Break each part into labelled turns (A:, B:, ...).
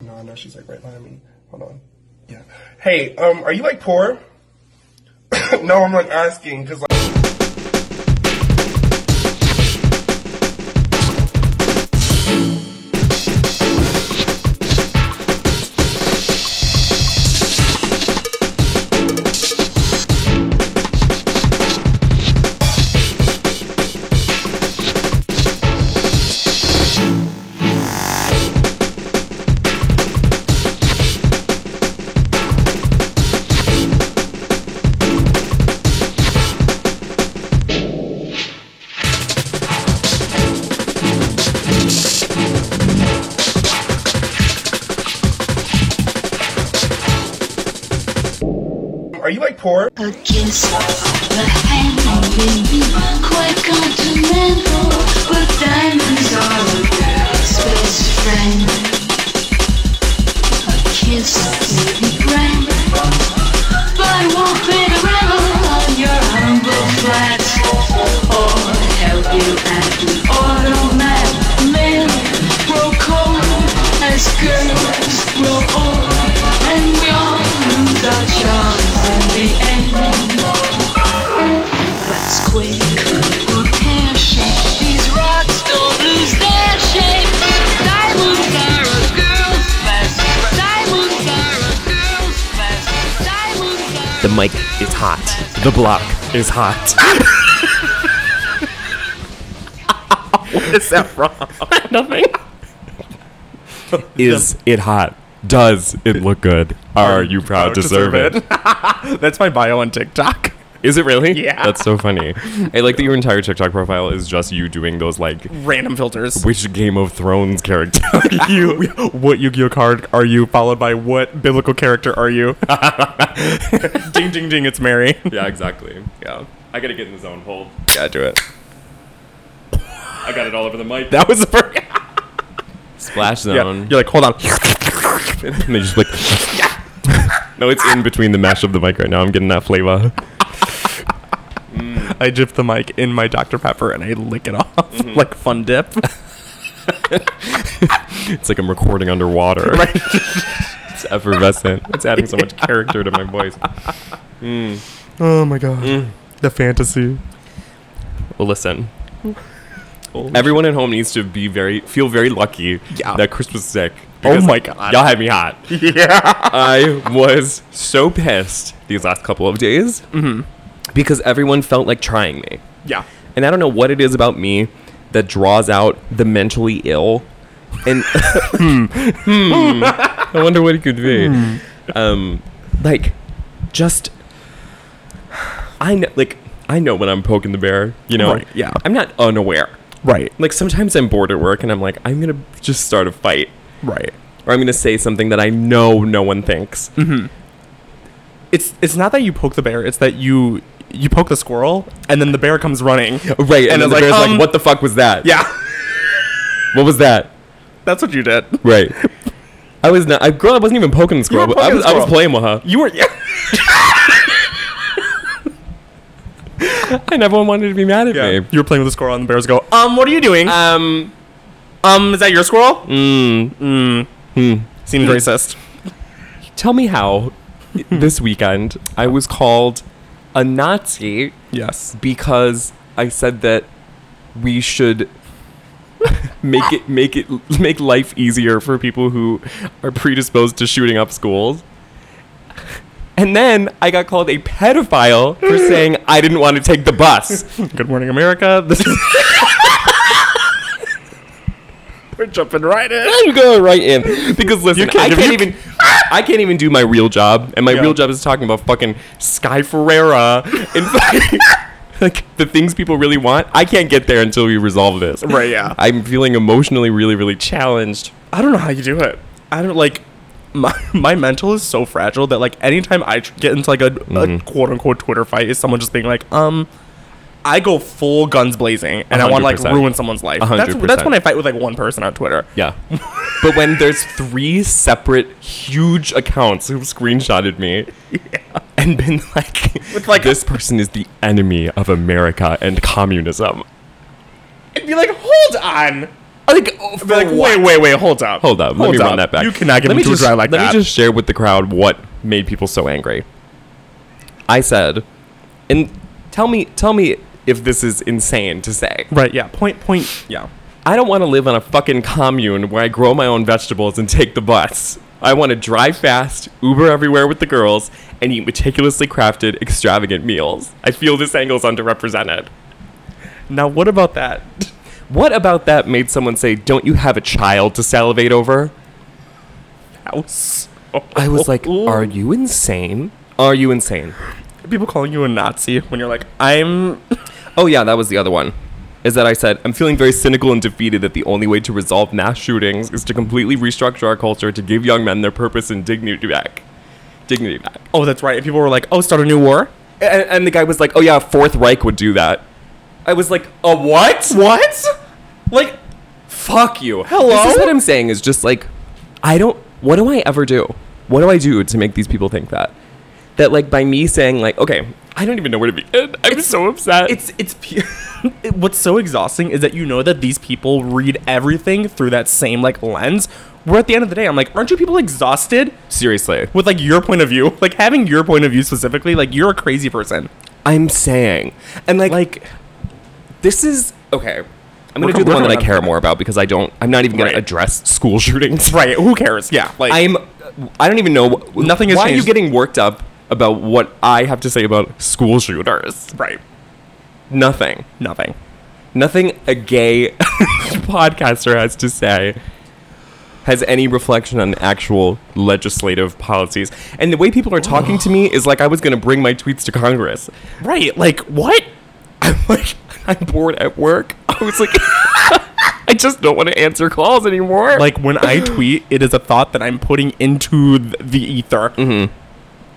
A: No, no, she's like right behind me. Hold on. Yeah. Hey, um, are you like poor? no, I'm like asking because like. Are you like poor?
B: A kiss, a hand, baby. Quite continental, but diamonds are a girl's best friend. A kiss, baby, grand. But won't be the rebel on your humble flat. Or help you at the automat. Men grow cold as girls grow old, and we all lose our charms in the end. That's quick. Or pear shape. These rocks don't lose their shape. Diamonds are a girl's best. Diamonds are a girl's best. Diamonds are.
C: The mic is hot. The block is hot. what is that from?
D: Nothing.
C: Is it hot? Does it look good?
D: Oh,
C: Are you proud to serve it?
D: That's my bio on TikTok.
C: Is it really?
D: Yeah.
C: That's so funny. I like that your entire TikTok profile is just you doing those like
D: Random filters.
C: which Game of Thrones character are you?
D: what Yu-Gi-Oh card are you? Followed by what biblical character are you? ding ding ding! It's Mary.
C: yeah, exactly. Yeah. I gotta get in the zone. Hold.
D: Yeah, do it.
C: I got it all over the mic.
D: That was the first.
C: Splash
D: Yeah.
C: zone.
D: You're like, hold on.
C: and they just like no it's in between the mesh of the mic right now i'm getting that flavor
D: I dip the mic in my Dr Pepper and I lick it off like fun dip.
C: it's like i'm recording underwater
D: Right.
C: it's effervescent it's adding so much character to my voice
D: oh my god. The fantasy.
C: well listen everyone at home needs to be very feel very lucky
D: Yeah.
C: that chris was sick
D: Oh
C: because
D: my God.
C: y'all had me hot
D: Yeah.
C: I was so pissed these last couple of days
D: Mm-hmm.
C: because everyone felt like trying me.
D: Yeah.
C: And I don't know what it is about me that draws out the mentally ill. And Hmm. Hmm. I wonder what it could be. Um, like, just I know, like I know when I'm poking the bear. You know,
D: Right, yeah.
C: I'm not unaware.
D: Right.
C: Like sometimes I'm bored at work and I'm like, I'm gonna just start a fight
D: Right.
C: or I'm gonna say something that I know no one thinks.
D: It's it's not that you poke the bear. It's that you you poke the squirrel and then the bear comes running.
C: Right, and,
D: And
C: then
D: it's
C: the
D: like,
C: bear's
D: um,
C: like, "What the fuck was that?
D: Yeah.
C: what was that?"
D: That's what you did.
C: Right. I was not. I, girl, I wasn't even poking the squirrel.
D: weren't
C: but I
D: poking
C: was,
D: the
C: I was
D: squirrel.
C: playing with her,
D: You were yeah.
C: and everyone wanted to be mad at me.
D: You were playing with a squirrel, and the bears go, um, what are you doing?
C: Um.
D: um, is that your squirrel?
C: mm, Hmm.
D: Seems racist.
C: tell me how this weekend I was called a Nazi
D: Yes.
C: because I said that we should make it make it make life easier for people who are predisposed to shooting up schools. And then I got called a pedophile for saying I didn't want to take the bus.
D: Good morning, America. This is. we're jumping right in.
C: I'm going right in because listen,
D: You can't-
C: I
D: if you Ah!
C: can't even I can't even do my real job, and my
D: Yeah.
C: real job is talking about fucking Sky Ferreira and fucking, like the things people really want. I can't get there until we resolve this.
D: Right, yeah.
C: I'm feeling emotionally really, really challenged.
D: I don't know how you do it. I don't like. My, my mental is so fragile that like anytime I tr- get into like a, a
C: Mm-hmm.
D: quote unquote Twitter fight is someone just being like um, I go full guns blazing and I want to like
C: 100%.
D: ruin someone's life. That's
C: 100%.
D: that's when I fight with like one person on Twitter.
C: Yeah. but when there's three separate huge accounts who've screenshotted me and been like,
D: With, like,
C: this person is the enemy of America and communism.
D: I'd be like, hold on,
C: Like, oh, for
D: Be like,
C: what?
D: wait, wait, wait, hold up.
C: Hold up. let me run that back.
D: You cannot get
C: let
D: me to
C: just,
D: a drive like
C: let
D: that.
C: me just share with the crowd what made people so angry. I said, and tell me, tell me if this is insane to say.
D: right, yeah. Point, point, yeah.
C: I don't want to live on a fucking commune where I grow my own vegetables and take the bus. I want to drive fast, Uber everywhere with the girls, and eat meticulously crafted, extravagant meals. I feel this angle's underrepresented.
D: Now, what about that?
C: What about that made someone say, "Don't you have a child to salivate over?"
D: House.
C: I was like, "Are you insane? Are you insane?"
D: people calling you a Nazi when you're like, I'm.
C: Oh yeah, that was the other one. Is that I said I'm feeling very cynical and defeated that the only way to resolve mass shootings is to completely restructure our culture to give young men their purpose and dignity back. Dignity back.
D: Oh, that's right. And people were like, oh, start a new war?
C: And, and the guy was like, "Oh yeah, Fourth Reich would do that." I was like, "A what?
D: What?
C: Like, fuck you."
D: Hello?
C: This is what I'm saying is just like, I don't. What do I ever do? What do I do to make these people think that? That like by me saying like, okay, I don't even know where to begin. I'm so upset.
D: It's it's pure. What's so exhausting is that you know that these people read everything through that same like lens. Where at the end of the day, I'm like, aren't you people exhausted
C: seriously.
D: with like your point of view? Like having your point of view specifically, like you're a crazy person.
C: I'm saying. And like,
D: Like,
C: this is okay. I'm gonna
D: We're
C: do the
D: com-
C: one
D: we're
C: that I
D: coming
C: care
D: up-
C: more about because I don't. I'm not even gonna
D: Right.
C: address school shootings.
D: right? Who cares? Yeah, like
C: I'm. I don't even know. wh-
D: Nothing has
C: Why are you
D: changed.
C: getting worked up about what I have to say about school shooters?
D: right.
C: Nothing.
D: Nothing.
C: Nothing a gay podcaster has to say has any reflection on actual legislative policies. And the way people are talking to me is like I was gonna bring my tweets to Congress.
D: Right? Like what?
C: I'm like, I'm bored at work. I was like, I just don't want to answer calls anymore.
D: Like when I tweet, it is a thought that I'm putting into th- the ether. Mm-hmm.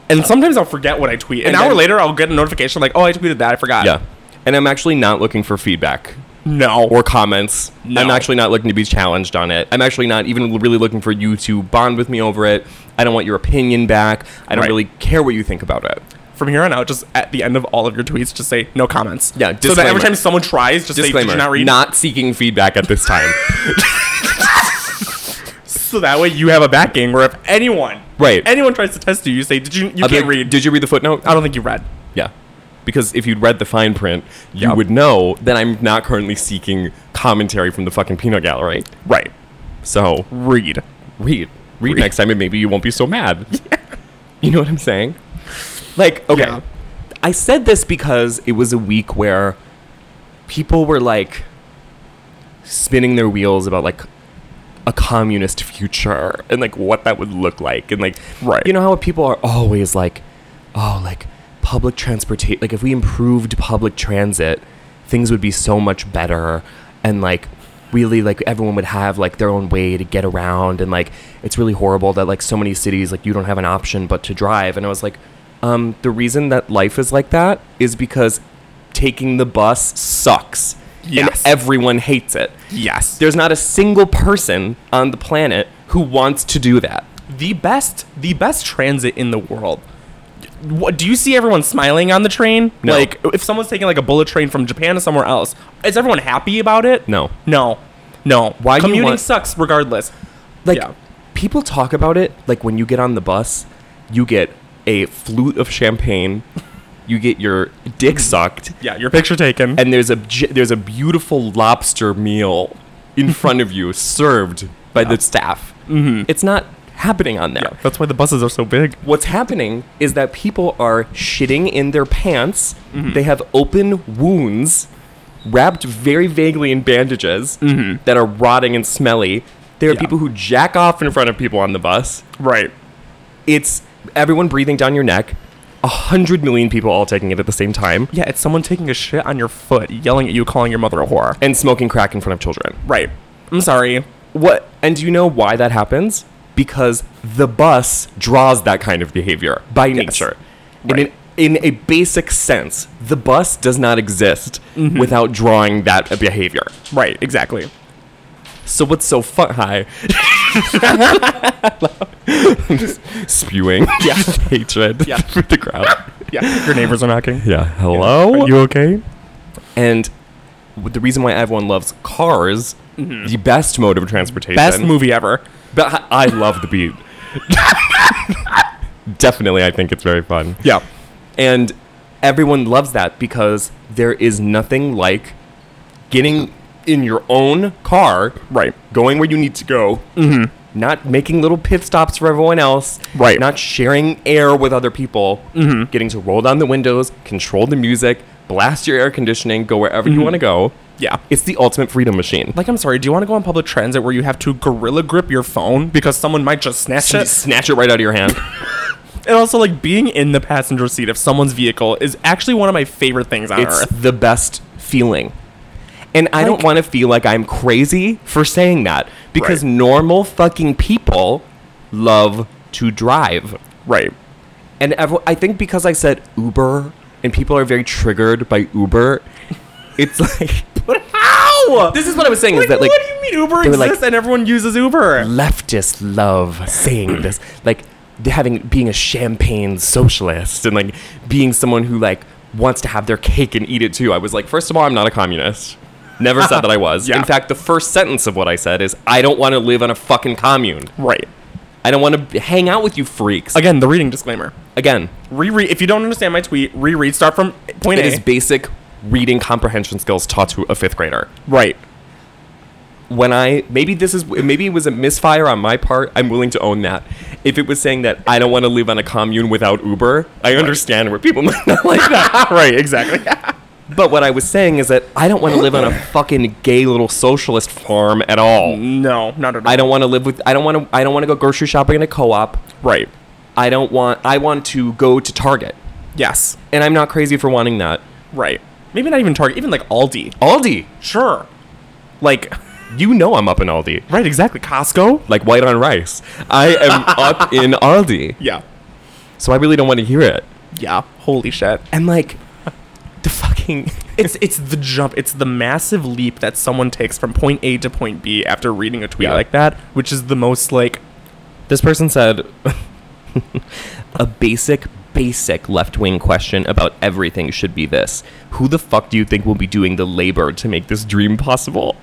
D: And sometimes I'll forget what I tweet. An
C: And
D: hour
C: then-
D: later, I'll get a notification like, "Oh, I tweeted that. I forgot."
C: yeah. And I'm actually not looking for feedback
D: No.
C: or comments.
D: No.
C: I'm actually not looking to be challenged on it. I'm actually not even really looking for you to bond with me over it. I don't want your opinion back. I don't
D: Right.
C: really care what you think about it.
D: from here on out, just at the end of all of your tweets, just say no comments.
C: Yeah,
D: So that
C: disclaimer.
D: every time someone tries, just say,
C: Disclaimer:
D: did you not read?
C: seeking feedback at this time.
D: So that way you have a backing where if anyone,
C: Right.
D: anyone tries to test you, you say, did you? You
C: I'll be
D: can't
C: like,
D: read.
C: Did you read the footnote?
D: I don't think you read.
C: Yeah. Because if you'd read the fine print, you
D: Yeah.
C: would know that I'm not currently seeking commentary from the fucking peanut gallery.
D: Right.
C: So
D: Read.
C: read, read next time, and maybe you won't be so mad. You know what I'm saying? Like, okay.
D: Yeah.
C: I said this because it was a week where people were like spinning their wheels about like a communist future and like what that would look like and like
D: Right.
C: you know how people are always like oh like public transportation like if we improved public transit things would be so much better and like really like everyone would have like their own way to get around and like it's really horrible that like so many cities like you don't have an option but to drive and i was like um the reason that life is like that is because taking the bus sucks
D: Yes.
C: and everyone hates it
D: Yes.
C: there's not a single person on the planet who wants to do that.
D: the best the best transit in the world what, do you see everyone smiling on the train
C: No.
D: like if someone's taking like a bullet train from japan to somewhere else is everyone happy about it
C: No.
D: no no
C: Why do you
D: commuting
C: want-
D: sucks regardless
C: Like
D: Yeah.
C: people talk about it like when you get on the bus, you get a flute of champagne, you get your dick sucked,
D: yeah your picture taken
C: and there's a gi- there's a beautiful lobster meal in front of you served by the staff. Mm-hmm. It's not happening on there.
D: yeah, that's why the buses are so big
C: what's happening is that people are shitting in their pants.
D: Mm-hmm.
C: They have open wounds wrapped very vaguely in bandages that are rotting and smelly. There are
D: Mm-hmm. Yeah.
C: people who jack off in front of people on the bus.
D: right
C: It's everyone breathing down your neck. A hundred million people all taking it at the same time
D: yeah it's someone taking a shit on your foot yelling at you calling your mother a whore
C: and smoking crack in front of children.
D: right i'm sorry
C: What? And do you know why that happens? Because the bus draws that kind of behavior by nature. In,
D: Right.
C: an, in a basic sense, the bus does not exist
D: Mm-hmm.
C: without drawing that behavior.
D: right exactly
C: So what's so fun? Hi. Spewing
D: Yeah.
C: hatred
D: Yeah.
C: for the crowd.
D: yeah your neighbors are knocking
C: Yeah. Hello.
D: are you okay
C: And the reason why everyone loves cars The best mode of transportation.
D: Mm-hmm. Best movie ever.
C: But I- I love the beat. Definitely, I think it's very fun.
D: Yeah.
C: And everyone loves that because there is nothing like getting in your own car,
D: Right.
C: going where you need to go, mm-hmm. not making little pit stops for everyone else,
D: Right. Mm-hmm.
C: not sharing air with other people, getting to roll down the windows, control the music, blast your air conditioning, go wherever you want to go.
D: Mm-hmm. Yeah.
C: It's the ultimate freedom machine.
D: Like, I'm sorry, do you want to go on public transit where you have to gorilla grip your phone because someone might just snatch
C: Just
D: it?
C: snatch it right out of your hand.
D: And also, like, being in the passenger seat of someone's vehicle is actually one of my favorite things on
C: it's
D: earth.
C: the best feeling. And I don't
D: Like-
C: want to feel like I'm crazy for saying that because
D: Right.
C: normal fucking people love to drive.
D: Right.
C: And every- I think because I said Uber and people are very triggered by Uber, it's like.
D: But how?
C: this is what I was saying is that like.
D: what do you mean Uber
C: they were like-
D: exists and everyone uses Uber?
C: leftist love saying this like th- having being a champagne socialist and like being someone who like wants to have their cake and eat it too i was like first of all i'm not a communist never said that i was
D: Yeah.
C: in fact the first sentence of what i said is i don't want to live on a fucking commune
D: Right.
C: i don't want to hang out with you freaks
D: Again, the reading disclaimer.
C: again
D: Reread. If you don't understand my tweet, reread. Start from point
C: it
D: A.
C: is basic reading comprehension skills taught to a fifth grader
D: right.
C: when I maybe this is maybe it was a misfire on my part. I'm willing to own that. If it was saying that I don't want to live on a commune without Uber, I understand where people might not like that.
D: right. Exactly.
C: But what I was saying is that I don't want to live on a fucking gay little socialist farm at all.
D: no, not at all.
C: I don't want to live with. I don't want to. I don't want to go grocery shopping in a co-op.
D: Right.
C: I don't want. I want to go to Target,
D: Yes.
C: and I'm not crazy for wanting that.
D: Right. Maybe not even Target. Even like Aldi.
C: Aldi,
D: Sure. Like.
C: you know I'm up in Aldi,
D: Right. Exactly. Costco.
C: like white on rice. I am up in Aldi,
D: Yeah.
C: so I really don't want to hear it.
D: Yeah. Holy shit.
C: And like the fucking
D: It's it's the jump. It's the massive leap that someone takes from point A to point B after reading a tweet
C: Yeah.
D: like that, which is the most like
C: this person said a basic basic left-wing question about everything should be this. Who the fuck do you think will be doing the labor to make this dream possible?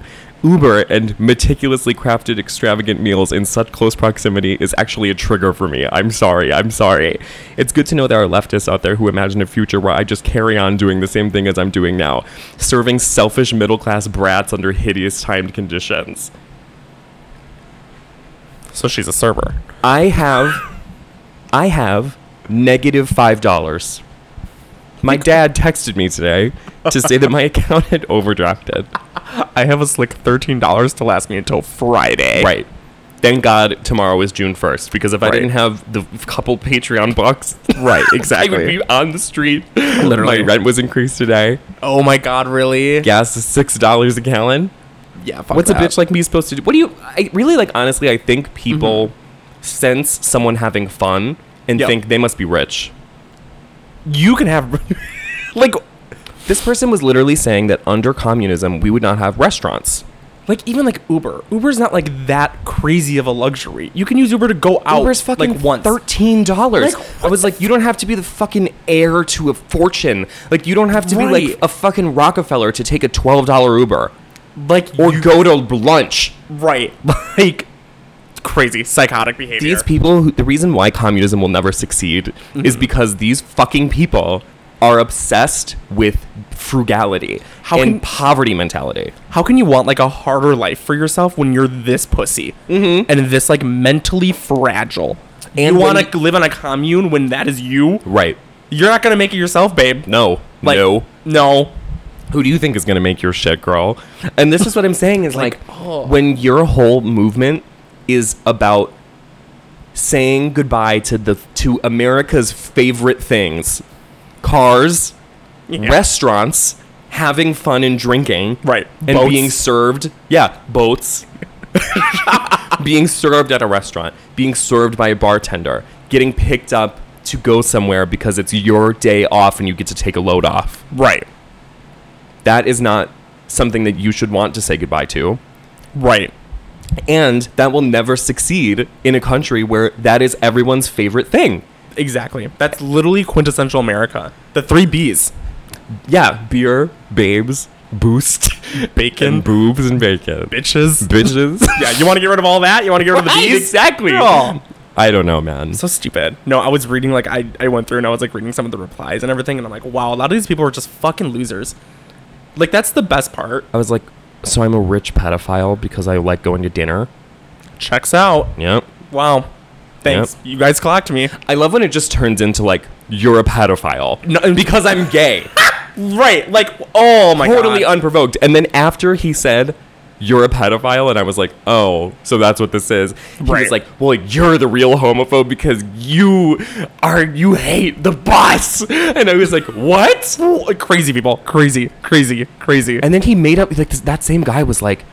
C: Uber and meticulously crafted extravagant meals in such close proximity is actually a trigger for me. I'm sorry. I'm sorry. It's good to know there are leftists out there who imagine a future where I just carry on doing the same thing as I'm doing now, serving selfish middle-class brats under hideous timed conditions.
D: so she's a server.
C: I have, I have negative five dollars. My dad texted me today to say that my account had overdrafted.
D: I have a slick thirteen dollars to last me until Friday.
C: Right. Thank God tomorrow is June first because if I
D: Right.
C: didn't have the f- couple Patreon bucks,
D: Right,
C: I would
D: exactly.
C: be on the street.
D: Literally.
C: my rent was increased today.
D: oh my god, really?
C: Gas is six dollars a gallon.
D: yeah fuck
C: What's
D: that.
C: a bitch like me supposed to do? What do you? I really like. Honestly, I think people sense someone having fun and
D: Mm-hmm. Yep.
C: think they must be rich.
D: You can have like
C: This person was literally saying that under communism, we would not have restaurants.
D: like even like Uber. Uber's not like that crazy of a luxury. You can use Uber to go out
C: Uber's fucking
D: like once.
C: thirteen dollars.
D: Like,
C: I was like, you don't have to be the fucking heir to a fortune. Like, you don't have to be
D: Right.
C: like a fucking Rockefeller to take a twelve dollar Uber
D: like
C: or
D: you-
C: go to lunch.
D: right. Like crazy psychotic behavior.
C: These people, who, the reason why communism will never succeed
D: Mm-hmm.
C: is because these fucking people are obsessed with frugality
D: How
C: and
D: can-
C: poverty mentality.
D: How can you want like a harder life for yourself when you're this pussy and this like mentally fragile?
C: And
D: you
C: when
D: want to live on a commune when that is you?
C: Right?
D: You're not gonna make it yourself, babe.
C: No.
D: Like,
C: no.
D: no.
C: who do you think is going to make your shit girl and this is what i'm saying is like,
D: oh.
C: when your whole movement is about saying goodbye to the to america's favorite things cars
D: Yeah.
C: restaurants having fun and drinking
D: Right.
C: and
D: Boats.
C: being served yeah boats being served at a restaurant being served by a bartender getting picked up to go somewhere because it's your day off and you get to take a load off
D: Right.
C: that is not something that you should want to say goodbye to.
D: Right.
C: And that will never succeed in a country where that is everyone's favorite thing.
D: Exactly. That's literally quintessential America. The three B's.
C: Yeah, beer, babes, boost,
D: Bacon.
C: and boobs and bacon,
D: bitches.
C: bitches.
D: yeah, you want to get rid of all that? You want to get rid of the
C: Right,
D: bees?
C: exactly.
D: Girl.
C: I don't know, man.
D: So stupid. No, I was reading like I, I went through and I was like reading some of the replies and everything, and I'm like, wow, a lot of these people are just fucking losers. Like that's the best part.
C: I was like, so I'm a rich pedophile because I like going to dinner.
D: Checks out.
C: Yep.
D: Wow. Thanks.
C: Yep.
D: You guys clocked me.
C: I love when it just turns into like you're a pedophile
D: No,
C: because I'm gay,
D: Right. Like oh my
C: totally
D: god.
C: unprovoked. And then after he said you're a pedophile, and I was like, oh, so that's what this is. He was
D: Right.
C: like, well, you're the real homophobe because you are you hate the boss. And I was like, what?
D: Totally crazy people. Crazy. Crazy. Crazy.
C: And then he made up like this, that same guy was like,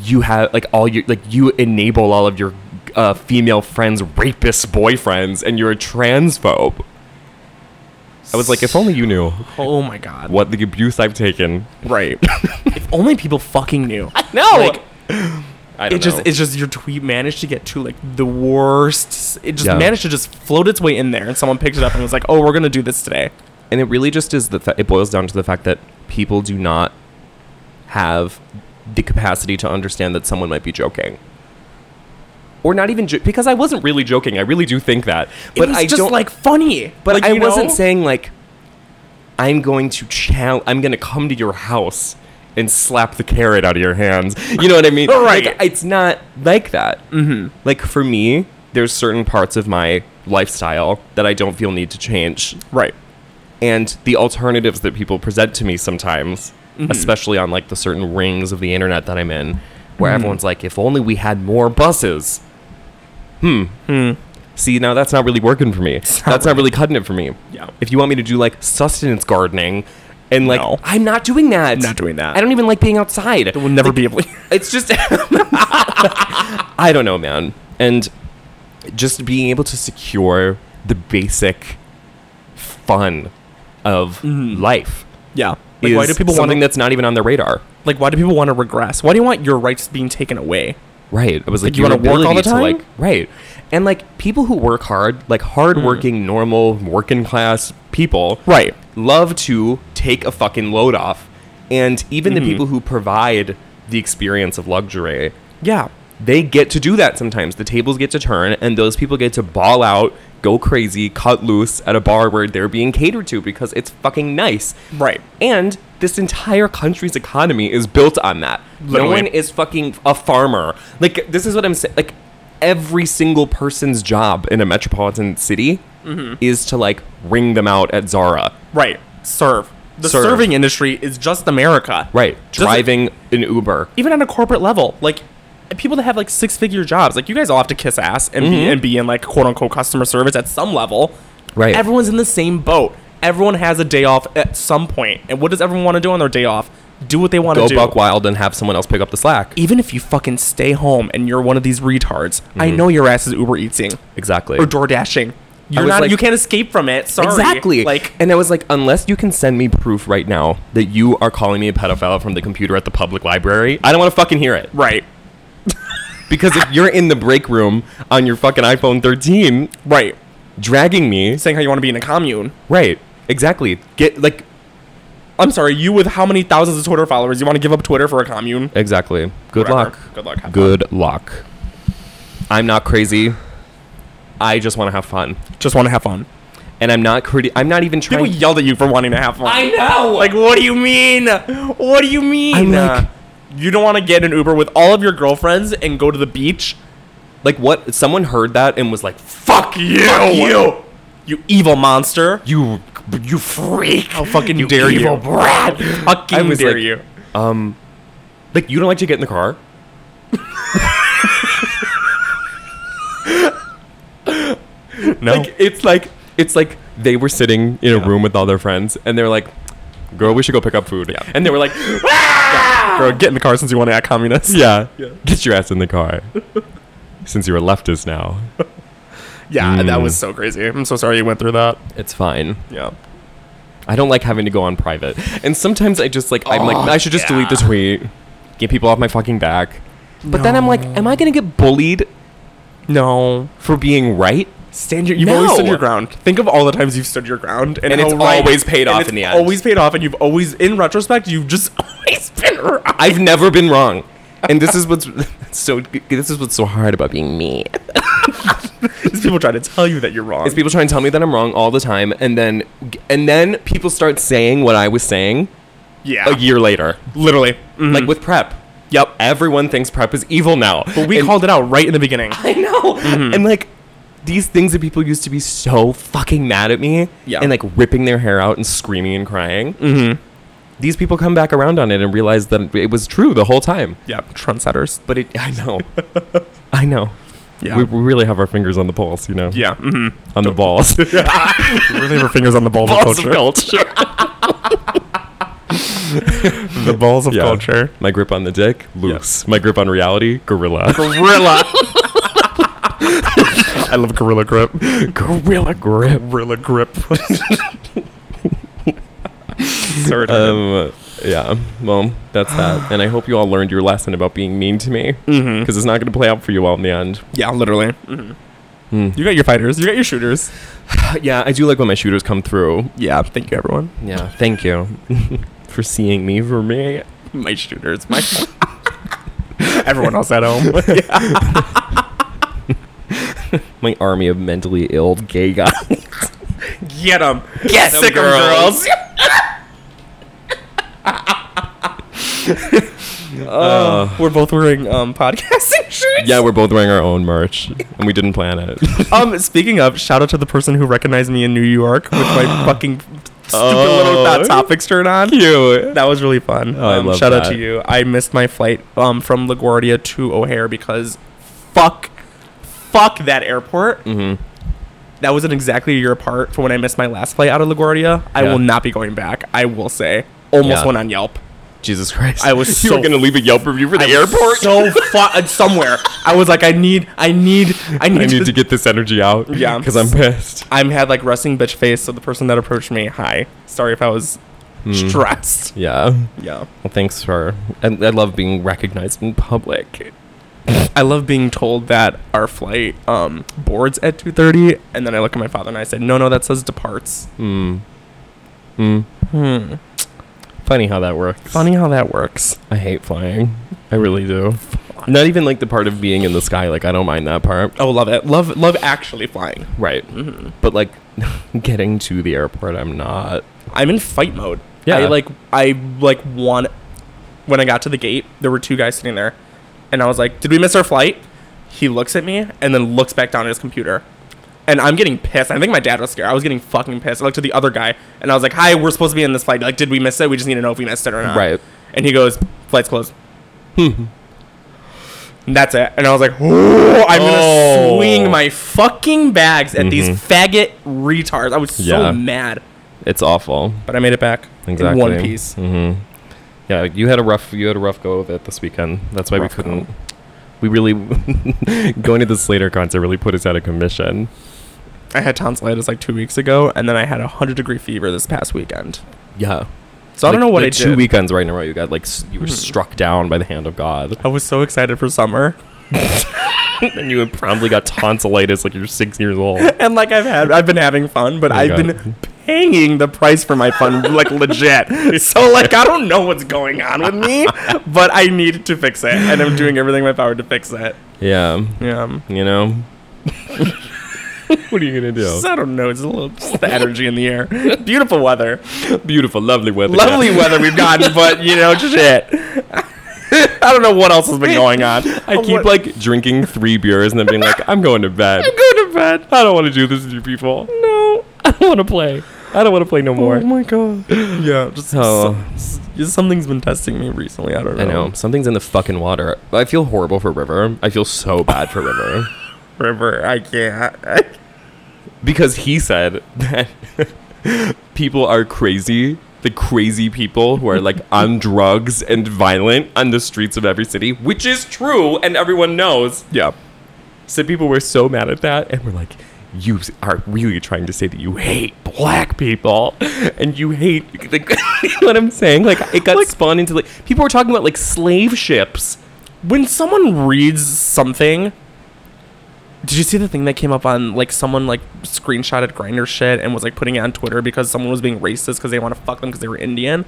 C: you have like all your like you enable all of your uh, female friends rapist boyfriends, and you're a transphobe. I was like, if only you knew
D: oh my god.
C: what the abuse I've taken.
D: Right. if only people fucking knew.
C: No,
D: Like,
C: I don't
D: it just
C: know.
D: it's just your tweet managed to get to like the worst it just
C: Yeah.
D: managed to just float its way in there and someone picked it up and was like oh we're gonna do this today
C: and it really just is the fa- it boils down to the fact that people do not have the capacity to understand that someone might be joking. Or not even jo- because I wasn't really joking. I really do think that, but
D: but it's
C: I
D: just
C: don't
D: like funny
C: But
D: Like,
C: I
D: you know?
C: wasn't saying like I'm going to chal- I'm going to come to your house and slap the carrot out of your hands. You know what I mean?
D: Right.
C: Like, it's not like that. Mm-hmm. Like for me, there's certain parts of my lifestyle that I don't feel need to change,
D: right
C: and the alternatives that people present to me sometimes,
D: Mm-hmm.
C: especially on like the certain rings of the internet that I'm in,
D: Mm-hmm.
C: where everyone's like, "If only we had more buses." Hmm. Hmm. See, now that's not really working for me.
D: Hmm. not
C: that's not really cutting it for me.
D: Yeah.
C: If you want me to do like sustenance gardening, and like
D: No.
C: I'm not doing that.
D: Not doing that.
C: I don't even like being outside.
D: we'll never be able
C: It's just I don't know, man. And just being able to secure the basic fun of life
D: yeah Mm-hmm. like why
C: is
D: do people want
C: something
D: to
C: that's not even on their radar.
D: like why do people want to regress why do you want your rights being taken away
C: Right. It was like,
D: you
C: your
D: wanna work all
C: ability
D: the
C: to, like-
D: time?
C: right. And like people who work hard, like hardworking, normal, working class people,
D: Mm. Right.
C: love to take a fucking load off. And even
D: Mm-hmm.
C: the people who provide the experience of luxury
D: yeah
C: they get to do that sometimes. The tables get to turn, and those people get to ball out, go crazy, cut loose at a bar where they're being catered to because it's fucking nice.
D: Right.
C: And this entire country's economy is built on that. No
D: Literally.
C: one is fucking a farmer. Like, this is what I'm saying. Like, every single person's job in a metropolitan city
D: Mm-hmm.
C: is to, like, ring them out at Zara.
D: right serve the
C: Serve.
D: serving industry is just america
C: Right.
D: Doesn't-
C: Driving an Uber.
D: even on a corporate level, like people that have like six figure jobs, like you guys all have to kiss ass and be
C: Mm-hmm.
D: and be in like quote unquote customer service at some level.
C: Right.
D: Everyone's in the same boat. Everyone has a day off at some point. And what does everyone want to do on their day off? Do what they want
C: Go
D: to do. E
C: buck wild and have someone else pick up the slack.
D: even if you fucking stay home and you're one of these retards, I
C: Mm-hmm.
D: know your ass is Uber Eating
C: Exactly.
D: or DoorDashing. You're
C: was
D: not.
C: like-
D: you can't escape from it. Sorry.
C: Exactly.
D: Like
C: and I was like, unless you can send me proof right now that you are calling me a pedophile from the computer at the public library, I don't want to fucking hear it.
D: right,
C: Because if you're in the break room on your fucking iPhone 13,
D: right.
C: dragging me,
D: Saying how you want to be in a commune.
C: right? Exactly. Get like
D: I'm sorry. You with how many thousands of Twitter followers? You want to give up Twitter for a commune?
C: exactly. Good
D: Whatever.
C: luck.
D: Good luck. Have
C: Good luck. I'm not crazy. I just want to have fun,
D: Just want to have fun.
C: and I'm not criti- I'm not even
D: People
C: trying.
D: yelled at you for wanting to have fun.
C: I know.
D: Like, what do you mean? What do you mean?
C: I'm like-
D: you don't want to get an Uber with all of your girlfriends and go to the beach?
C: like what? Someone heard that and was like,
D: Fuck you! you! You evil monster! You
C: "You, you freak!
D: How fucking
C: you
D: dare
C: evil
D: you.
C: brat!
D: fucking
C: I was
D: dare
C: like-
D: you!
C: Um, Like you don't like to get in the car?
D: No.
C: Like it's like it's like they were sitting in a room with all their friends and they're like, "Girl, we should go pick up food." Yeah. And they were like,
D: "Ah!" Bro, get in the car since you want to act communist.
C: yeah, get your ass in the car." Since you're a leftist now,
D: Yeah, that
C: Mm.
D: was so crazy. I'm so sorry you went through that.
C: it's fine.
D: Yeah.
C: I don't like having to go on private. And sometimes I just like I'm like I should just delete the tweet, get people off my fucking back. But then I'm like, am I gonna get bullied
D: No.
C: for being right?
D: Stand your. You've always stood
C: No.
D: your ground. Think of all the times you've stood your ground, and,
C: And it's
D: how right-
C: always paid
D: and
C: off
D: it's
C: in the end.
D: Always paid off, and you've always, in retrospect, you've just always been right.
C: I've never been wrong. And this is what's so this is what's so hard about being me.
D: These people try to tell you that you're wrong.
C: Is people try and tell me that I'm wrong all the time and then and then people start saying what I was saying
D: yeah,
C: a year later.
D: literally. Mm-hmm.
C: Like with prep.
D: Yep.
C: Everyone thinks prep is evil now.
D: But we
C: And-
D: called it out right in the beginning.
C: I know. And like these things that people used to be so fucking mad at me
D: Yeah.
C: and like ripping their hair out and screaming and crying. Mm-hmm. These people come back around on it and realize that it was true the whole time.
D: Yeah, trendsetters.
C: But it, I know, I know.
D: Yeah.
C: We, we really have our fingers on the pulse, you know.
D: Yeah, mm-hmm.
C: On the balls.
D: really have our fingers on the balls,
C: Balls
D: of
C: of
D: culture. The balls of
C: Yeah.
D: culture.
C: My grip on the dick, loose. My grip on reality, gorilla.
D: Gorilla. I love gorilla grip.
C: gorilla grip.
D: Gorilla grip. Sorry.
C: Um, yeah. Well, that's that. And I hope you all learned your lesson about being mean to me, because it's not going to play out for you all in the end.
D: yeah, literally. You got your fighters. Mm-hmm. You got your shooters.
C: Yeah, I do like when my shooters come through.
D: Yeah, thank you, everyone.
C: Yeah. Thank you for seeing me for me.
D: My shooters. My. everyone else at home.
C: My army of mentally ill gay guys.
D: Get them.
C: Get them, girls.
D: Uh, We're both wearing um, podcasting shirts.
C: yeah, we're both wearing our own merch, and we didn't plan it.
D: Um, speaking of, shout out to the person who recognized me in New York with my fucking stupid
C: Oh.
D: little Hot Topics shirt on.
C: you.
D: That was really fun.
C: I
D: um,
C: love
D: shout out
C: that.
D: to you. I missed my flight um, from LaGuardia to O'Hare because fuck, fuck that airport.
C: Mm-hmm.
D: That wasn't exactly a year apart from when I missed my last flight out of LaGuardia. I
C: Yeah.
D: will not be going back. I will say. Almost
C: Yeah.
D: went on Yelp.
C: Jesus Christ!
D: I was
C: you
D: so
C: were gonna leave a Yelp review for the
D: I was
C: airport.
D: So fu- uh, somewhere. I was like, I need, I need, I need,
C: I need to get this energy out.
D: Yeah.
C: because I'm pissed.
D: I'm had like resting bitch face, so the person that approached me, hi, sorry if I was stressed.
C: Yeah. Well,
D: Hmm. Yeah.
C: thanks for. I, I love being recognized in public.
D: I love being told that our flight um boards at 2:30 and then I look at my father and I said, "No, no, that says departs."
C: Funny how that works.
D: Funny how that works.
C: I hate flying. I really do. Not even like the part of being in the sky. Like I don't mind that part.
D: Oh, love it. Love love actually flying.
C: Right.
D: Mm-hmm.
C: But like getting to the airport, I'm not.
D: I'm in fight mode.
C: Yeah.
D: I like I like want when I got to the gate, there were two guys sitting there and I was like, "Did we miss our flight?" He looks at me and then looks back down at his computer. And I'm getting pissed. I think my dad was scared. I was getting fucking pissed. I looked to the other guy and I was like, "Hi, we're supposed to be in this flight. Like, did we miss it? We just need to know if we missed it or not."
C: Right. Hmm.
D: And he goes, "Flight's closed." And that's it. And I was like, "Oh, I'm gonna
C: Oh. Mm-hmm.
D: swing my fucking bags at these faggot retards." I was so
C: Yeah.
D: mad
C: It's awful.
D: but I made it back in
C: Exactly. Mm.
D: one piece.
C: Yeah, you had a rough you had a rough go of it this weekend. That's why
D: Rough
C: we
D: go.
C: couldn't. We really going to the Slater concert really put us out of commission.
D: I had tonsillitis like two weeks ago, and then I had a hundred degree fever this past weekend.
C: Yeah.
D: So I don't know what I
C: two
D: did.
C: weekends right in a row you got like s- you were struck down by the hand of God,
D: I was so excited for summer,
C: and you promptly got tonsillitis like you're six years old.
D: and like I've had, I've been having fun, but
C: Oh my
D: I've
C: God.
D: been paying the price for my fun like legit. So like I don't know what's going on with me, but I need to fix it, and I'm doing everything in my power to fix it.
C: Yeah,
D: Yeah,
C: you know. what are you gonna do?
D: Just, I don't know. It's a little just the energy in the air. Beautiful weather,
C: beautiful, lovely weather.
D: lovely weather we've gotten, but you know shit. I don't know what else has been going on.
C: I keep
D: What-
C: like drinking three beers and then being like, I'm going to bed.
D: go to bed.
C: I don't want to do this with you people.
D: No.
C: I don't want to play. I don't want to play no more.
D: my god. Yeah, just
C: Oh.
D: some- just something's been testing me recently. I don't know.
C: I know something's in the fucking water. I feel horrible for River. I feel so bad for River
D: River, I can't. I,
C: because he said that people are crazy. The crazy people who are like on drugs and violent on the streets of every city, which is true, and everyone knows.
D: yeah.
C: So people were so mad at that, and we're like, "You are really trying to say that you hate black people, and you hate like, you know what I'm saying? Like it got spun into like people were talking about like slave ships.
D: When someone reads something Did you see the thing that came up on like someone like screenshotted grinder shit and was like putting it on Twitter because someone was being racist because they want to fuck them because they were Indian?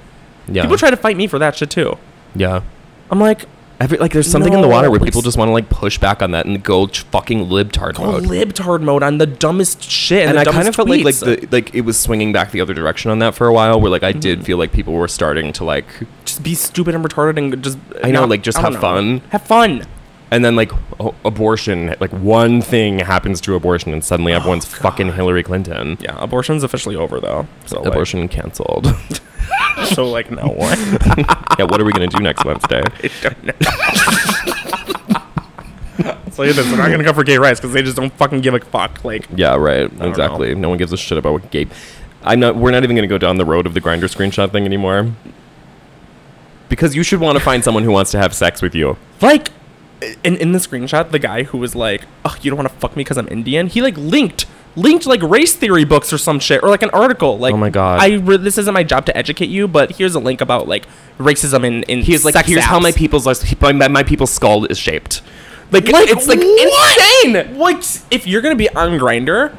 C: Yeah.
D: People try to fight me for that shit too.
C: yeah.
D: I'm like,
C: Every, like there's something in the water where
D: No,
C: people
D: it's-
C: just want to like push back on that and go ch- fucking libtard
D: go
C: mode.
D: libtard mode on the dumbest shit. And,
C: and
D: the
C: I kind of
D: dumbest
C: felt like like
D: tweets. Mm-hmm.
C: the like it was swinging back the other direction on that for a while. Where like I did feel like people were starting to like,
D: just be stupid and retarded and just
C: I know, like, just
D: I don't
C: have fun.
D: Have fun.
C: and then like oh, abortion, like one thing happens to abortion, and
D: Oh,
C: suddenly everyone's fucking Hillary Clinton.
D: Yeah, abortion's officially over though. So like-
C: Abortion canceled.
D: so like now what?
C: yeah, what are we gonna do next Wednesday?
D: So this, they're not gonna go for gay rights because they just don't fucking give a fuck. Like
C: Yeah, right.
D: know.
C: Exactly. No one gives a shit about what Gabe. I'm not. We're not even going to go down the road of the grinder screenshot thing anymore. Because you should want to find someone who wants to have sex with you.
D: like in in the screenshot, the guy who was like, "Oh, you don't want to fuck me because I'm Indian," he like linked linked like race theory books or some shit or like an article. Like
C: Oh my God.
D: I re- this isn't my job to educate you, but here's a link about like racism in in
C: He's like,
D: sex
C: here's how
D: apps."
C: my people's last- my, my people's skull is shaped. Like,
D: Like
C: it's like
D: what? insane. What if you're gonna be on Grinder?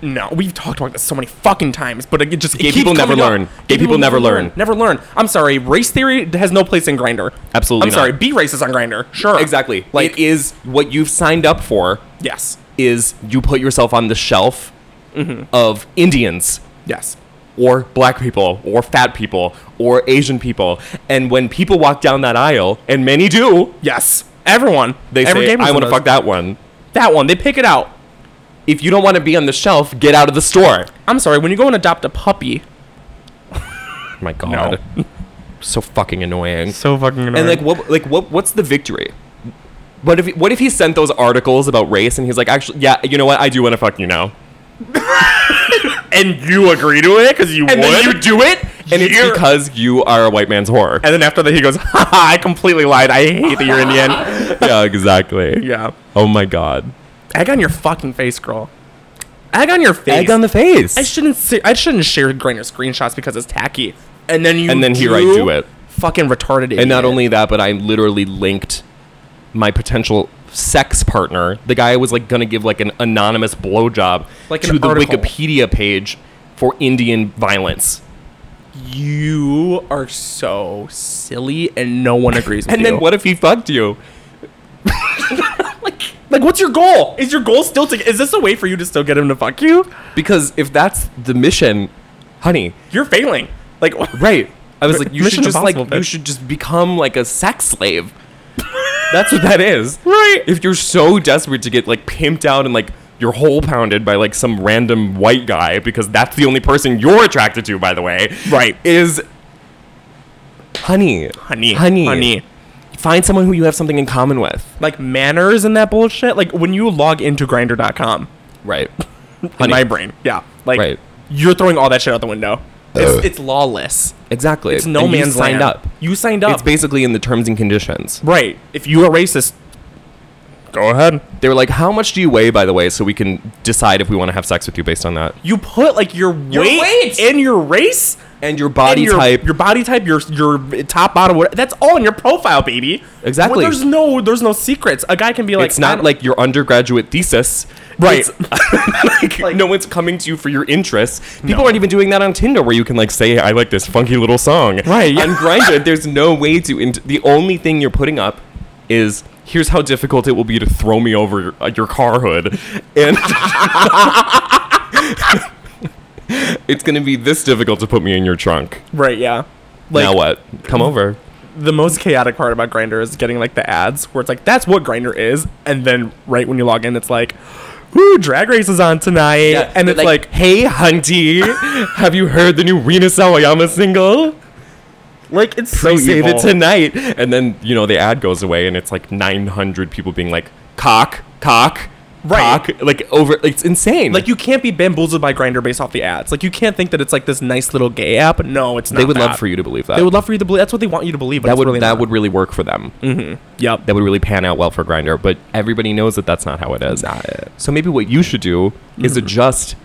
D: No, we've talked about this so many fucking times, but it just it
C: Gay
D: keeps
C: people never
D: coming up.
C: learn. Gay people never learn.
D: Never learn. I'm sorry, race theory has no place in Grinder.
C: Absolutely
D: I'm sorry,
C: not.
D: be racist on Grinder. Sure,
C: exactly. Like,
D: Like
C: it is what you've signed up for.
D: yes,
C: Is you put yourself on the shelf of Indians
D: yes.
C: or black people or fat people or Asian people, and when people walk down that aisle, and many do,
D: Yes. Everyone.
C: They
D: every
C: say,
D: game
C: "I want to
D: knows
C: fuck that one."
D: that one. They pick it out.
C: If you don't want to be on the shelf, get out of the store.
D: I'm sorry, when you go and adopt a puppy.
C: My God, so fucking annoying.
D: So fucking annoying.
C: And like, what? Like, what? What's the victory? What if? What if he sent those articles about race and he's like, actually, yeah, you know what? I do want to fuck you now.
D: and you agree to it because you
C: And
D: would?
C: then you do it, and it's
D: You're-
C: because you are a white man's whore.
D: and then after that he goes, ha ha, I completely lied. I hate that you're Indian.
C: yeah, exactly.
D: yeah.
C: Oh my God.
D: Egg on your fucking face, girl. Egg on your face.
C: the face.
D: I shouldn't say I shouldn't share Grindr screenshots because it's tacky. And then you
C: And then here I do it.
D: Fucking retarded idiot.
C: And not only that, but I literally linked my potential sex partner, the guy I was like gonna give like an anonymous blowjob,
D: Like an
C: to the
D: article.
C: Wikipedia page for Indian violence.
D: you are so silly and no one agrees with
C: And
D: you.
C: then what if he fucked you?
D: Like, what's your goal? Is your goal still to? Is this a way for you to still get him to fuck you?
C: Because if that's the mission, honey,
D: You're failing. Like,
C: right? I was like, you
D: Mission
C: should just like
D: impossible,
C: you
D: bitch.
C: should just become like a sex slave. that's what that is.
D: Right.
C: If you're so desperate to get like pimped out and like your hole pounded by like some random white guy because that's the only person you're attracted to, by the way.
D: Right.
C: Is honey.
D: honey,
C: Honey.
D: honey.
C: Find someone who you have something in common with.
D: Like manners and that bullshit. Like when you log into Grinder.com,
C: Right.
D: in
C: Honey.
D: my brain, yeah. Like
C: Right.
D: you're throwing all that shit out the window. It's, it's lawless.
C: Exactly.
D: It's no
C: And you
D: man's
C: signed
D: land.
C: up.
D: You signed up.
C: It's basically in the terms and conditions.
D: right. If you are racist, go ahead.
C: They were like, "How much do you weigh, by the way, so we can decide if we want to have sex with you based on that?"
D: You put like your weight,
C: weight.
D: and your race
C: And your
D: and
C: body
D: your,
C: type.
D: your body type, your your top, bottom, what that's all in your profile, baby.
C: Exactly.
D: Well, there's no there's no secrets. A guy can be like,
C: it's
D: I
C: not
D: don't-
C: like your undergraduate thesis,
D: Right.
C: It's- like, no one's coming to you for your interests. People
D: No.
C: aren't even doing that on Tinder, where you can like say, "I like this funky little song."
D: Right.
C: On Grindr, there's no way to. int the only thing you're putting up is here's how difficult it will be to throw me over your, uh, your car hood, and it's going to be this difficult to put me in your trunk.
D: right, yeah. Like
C: now what? Come over.
D: the most chaotic part about Grinder is getting like the ads where it's like that's what Grinder is, and then right when you log in, it's like, "Ooh, Drag Race is on tonight," and it's like,
C: hey, hunty, have you heard the new Rina Sawayama single?
D: like it's so
C: pre-save
D: evil.
C: it tonight. And then, you know, the ad goes away and it's like 900 people being like, cock, cock,
D: Right.
C: cock. Like, over, like, it's insane.
D: Like you can't be bamboozled by Grinder based off the ads. Like you can't think that it's like this nice little gay app. No, it's not.
C: they would
D: that.
C: love for you to believe that.
D: They would love for you to believe. That's what they want you to believe. But
C: that
D: it's
C: would,
D: really
C: that Mm.
D: not.
C: would really work for them.
D: Yep.
C: That would really pan out well for Grinder, but everybody knows that that's not how it is.
D: Not it.
C: Uh, So maybe what you should do is
D: Mm-hmm.
C: adjust